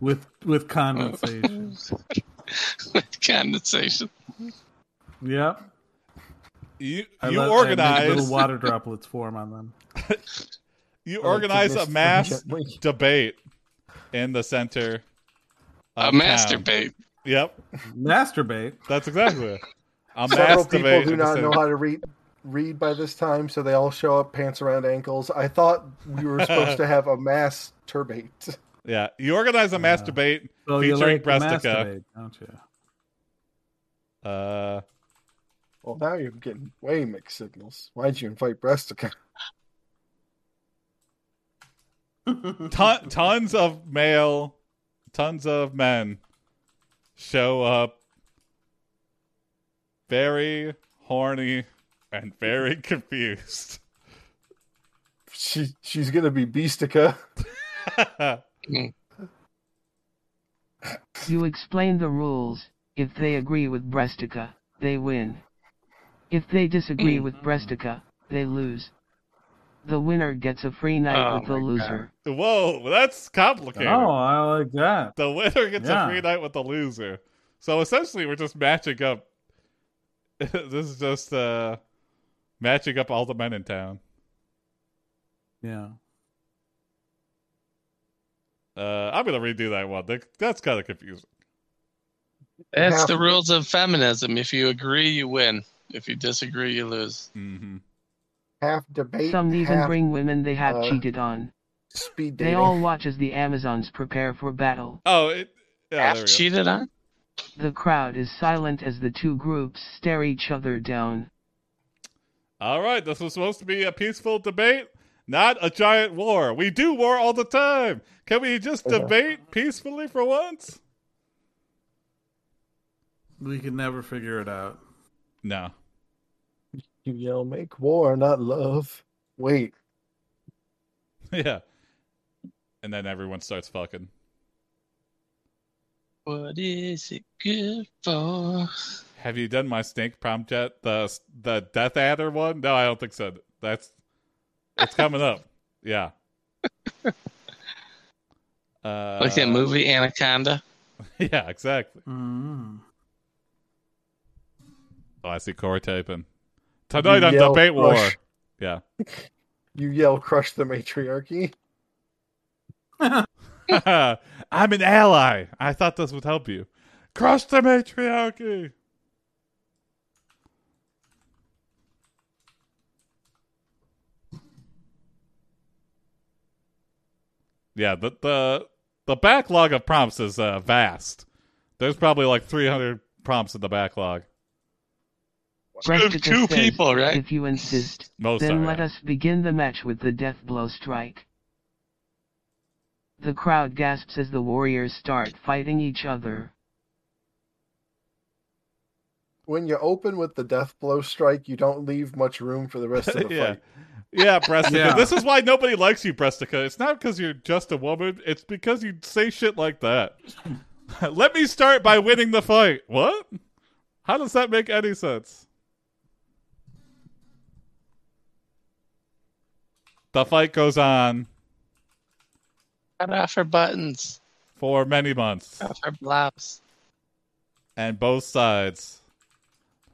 S2: with with condensation.
S5: With condensation.
S2: yep.
S1: you
S2: I
S1: you
S2: let- I make
S1: organize
S2: little water droplets form on them.
S1: you
S3: I like to
S1: organize a
S3: miss them
S1: mass
S3: gently.
S1: debate in the center.
S5: A
S1: of town.
S5: masturbate.
S1: Yep,
S2: Masturbate.
S1: that's exactly it. A
S3: Several
S1: mass
S3: people
S1: debate.
S3: do
S1: in the
S3: not know
S1: center.
S3: how to read read by this time, so they all show up pants around ankles. I thought we were supposed to have a mass turbate.
S1: Yeah, you organize a mass
S2: Yeah.
S1: debate
S2: So Oh, you
S1: featuring
S2: like to
S1: Brestica.
S2: masturbate, don't you?
S1: Uh,
S3: Well, now you're getting way mixed signals. Why'd you invite Brestica?
S1: ton, tons of male, tons of men show up very horny and very confused.
S3: She she's gonna be Beastica.
S4: You explain the rules. If they agree with Brestica, they win. If they disagree with
S5: Mm-hmm.
S4: Brestica, they lose. The winner gets a free night
S5: Oh
S4: with the
S5: my God.
S4: loser.
S1: Whoa, that's complicated.
S2: Oh, I like that.
S1: The winner gets
S2: Yeah.
S1: a free night with the loser. So essentially, we're just matching up. this is just uh, matching up all the men in town.
S2: Yeah.
S1: Uh, I'm gonna redo that one. That- That's kind of confusing.
S5: That's
S3: Yeah.
S5: the rules of feminism. If you agree, you win. If you disagree, you lose.
S1: Mm-hmm.
S3: Half debate,
S4: Some even
S3: half
S4: bring women they have
S3: uh,
S4: cheated on.
S3: speed
S4: They
S3: dating.
S4: all watch as the Amazons prepare for battle.
S1: Oh, it, yeah,
S5: Half
S1: there we go.
S5: cheated on?
S4: The crowd is silent as the two groups stare each other down.
S1: All right, this was supposed to be a peaceful debate, not a giant war. We do war all the time. Can we just
S3: Yeah.
S1: debate peacefully for once?
S2: We could never figure it out.
S1: No.
S3: You yell, make war, not love. Wait,
S1: yeah. And then everyone starts fucking.
S5: What is it good for?
S1: Have you done my snake prompt yet? The the Death Adder one? No, I don't think so. That's it's coming up. Yeah. Uh,
S5: Like that movie Anaconda.
S1: Yeah, exactly.
S2: Mm.
S1: Oh, I see Corey typing. Tonight on
S3: yell,
S1: Debate War.
S3: "Rush."
S1: Yeah.
S3: you yell, crush the matriarchy.
S1: I'm an ally. I thought this would help you. Crush the matriarchy. Yeah, the the the backlog of prompts is uh, vast. There's probably like 300 prompts in the backlog.
S4: Brestica
S5: two
S4: says,
S5: people, right?
S4: If you insist,
S1: Most
S4: then
S1: are,
S4: let
S1: yeah.
S4: us begin the match with the death blow strike. The crowd gasps as the warriors start fighting each other.
S3: When you open with the death blow strike, you don't leave much room for the rest of the
S1: yeah.
S3: fight.
S1: Yeah, Brestica.
S2: Yeah.
S1: This is why nobody likes you, Brestica. It's not because you're just a woman. It's because you say shit like that. Let me start by winning the fight. What? How does that make any sense? The fight goes on
S5: Cut off her buttons.
S1: for many months,
S5: Cut off her blouse.
S1: and both sides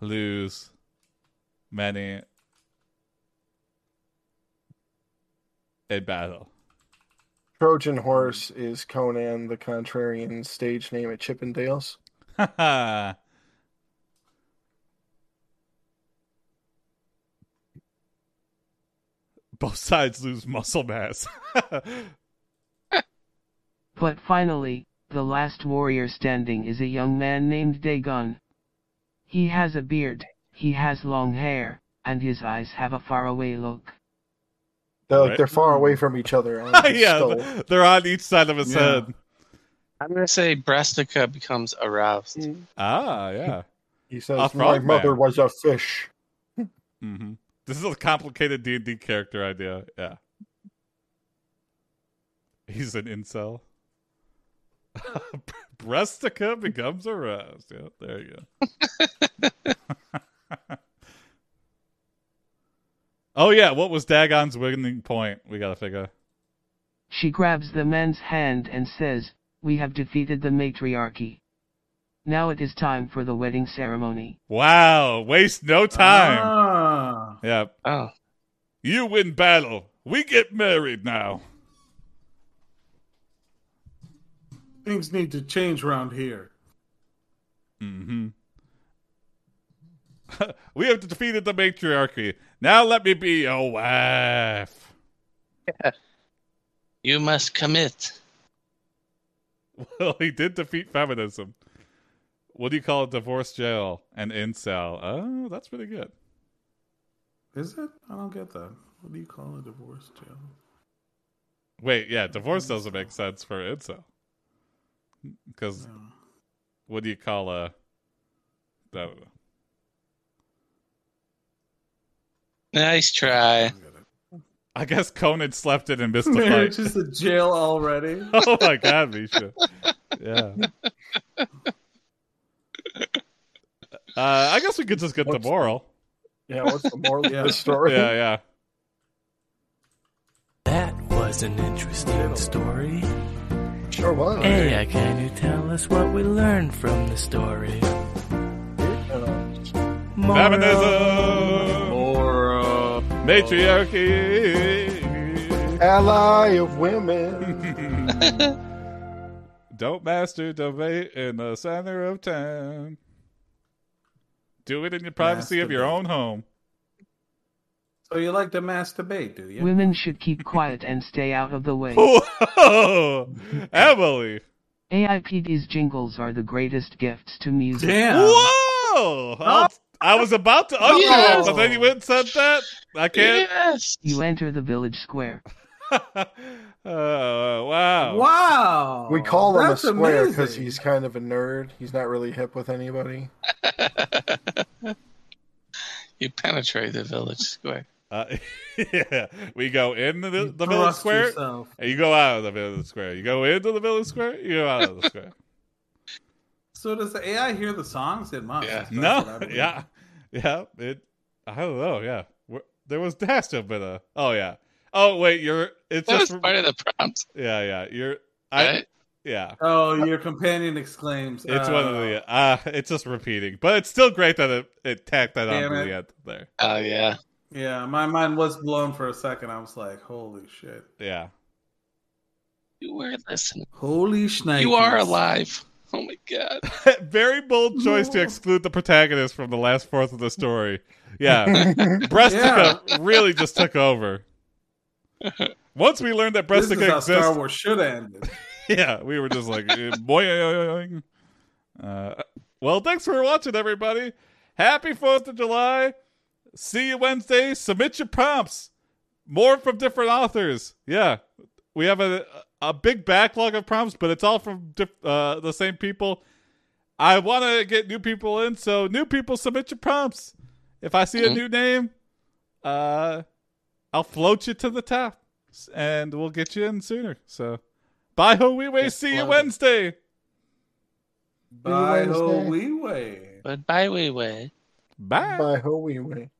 S1: lose many in battle.
S3: Trojan horse is Conan the contrarian stage name at Chippendales.
S1: That's Both sides lose muscle mass.
S4: But finally, the last warrior standing is a young man named Dagon. He has a beard, he has long hair, and his eyes have a faraway look.
S3: They're, like,
S1: Right.
S3: they're far away
S2: Mm.
S3: from each other. On the
S1: yeah,
S3: skull.
S1: they're on each side of his
S2: Yeah.
S1: head.
S5: I'm gonna say Brestica becomes aroused.
S1: Ah, yeah.
S3: He says,
S1: A
S3: "My
S1: frog
S3: mother
S1: man."
S3: was a fish."
S1: hmm This is a complicated D and D character idea. Yeah, he's an incel. Brestica becomes aroused. Yeah, there you go. oh yeah, what was Dagon's winning point? We gotta figure.
S4: She grabs the man's hand and says, We have defeated the matriarchy. Now it is time for the wedding ceremony.
S1: Wow, waste no time.
S2: Ah.
S1: yeah,
S5: Oh,
S1: you win battle. We get married now.
S2: Things need to change around here.
S1: hmm we have defeated the matriarchy. Now let me be your wife.
S5: you must commit.
S1: Well, he did defeat feminism. What do you call a divorce jail? An incel. Oh, that's pretty good.
S2: Is it? I don't get that. What do you call a divorce jail?
S1: Wait, yeah, divorce doesn't make sense for incel. Because
S2: No.
S1: what do you call a? I don't know.
S5: Nice try.
S1: I guess Conan slept in and missed the fight.
S2: Marriage is a jail already.
S1: oh my god, Misha. Yeah. Uh, I guess we could just get the
S3: What's-
S1: moral.
S3: Yeah, what's the moral
S2: Yeah.
S3: of the story?
S1: Yeah, yeah.
S7: That was an interesting story.
S3: Sure
S1: Oh,
S3: was.
S7: Hey, uh, can you tell us what we learned from the story?
S3: Uh,
S1: Feminism!
S2: Or
S1: Matriarchy!
S3: ally of women.
S1: Don't master debate in the center of town. Do it in the privacy of your
S2: Masturbate.
S1: own home.
S2: so you like to masturbate, do you?
S4: Women should keep quiet and stay out of the way.
S1: Whoa! Emily!
S4: AIPD's jingles are the greatest gifts to music.
S2: Damn.
S1: Whoa! I'll- I was about to unfollow,
S5: Yes.
S1: but then you went and said that. I can't.
S5: Yes.
S4: You enter the village square.
S1: oh, wow.
S2: Wow.
S3: we call him a
S2: That's
S3: square because
S2: amazing.
S3: he's kind of a nerd. He's not really hip with anybody.
S5: You penetrate the village square.
S1: Uh, yeah. We go into the,
S2: You
S1: the village
S2: thrust
S1: square.
S2: yourself.
S1: And you go out of the village square. You go into the village square. You go out of the square.
S2: So does the AI hear the songs? It must.
S5: Yeah.
S2: That's what I
S1: no,
S2: believe.
S1: yeah, yeah. It. I don't know. Yeah, Where, there was there has to have been a. Oh yeah. Oh wait, you're. It's
S5: That was
S1: just.
S5: part of the prompt.
S1: yeah, yeah. You're. I.
S5: Right?
S1: Yeah.
S2: Oh, your companion exclaims.
S1: It's
S2: uh,
S1: one of the. Uh, it's just repeating, but it's still great that it, it tacked that
S2: Damn
S1: onto
S2: it.
S1: the end there.
S5: Oh yeah.
S2: Yeah, my mind was blown for a second. I was like, holy shit.
S1: Yeah.
S5: You were listening.
S2: Holy schnikes.
S5: You are alive. Oh my god.
S1: Very bold choice to
S2: No.
S1: exclude the protagonist from the last fourth of the story. Yeah. Brestica really just took over. Once we learned that
S2: This is
S1: Brestica
S2: how
S1: exists,
S2: Star Wars should end.
S1: yeah, we were just like, eh, boing. Uh, well, thanks for watching, everybody. Happy 4th of July. See you Wednesday. Submit your prompts. More from different authors. Yeah. We have a, a big backlog of prompts, but it's all from diff- uh, the same people. I want to get new people in, so new people submit your prompts. If I see a
S5: Mhm.
S1: new name, uh, I'll float you to the top, s- and we'll get you in sooner. So, bye ho, we way.
S5: Yes,
S1: See you
S5: love it.
S1: Wednesday.
S2: Bye,
S3: Wednesday.
S2: wee way.
S5: But bye, way way.
S1: Bye.
S3: By who we went.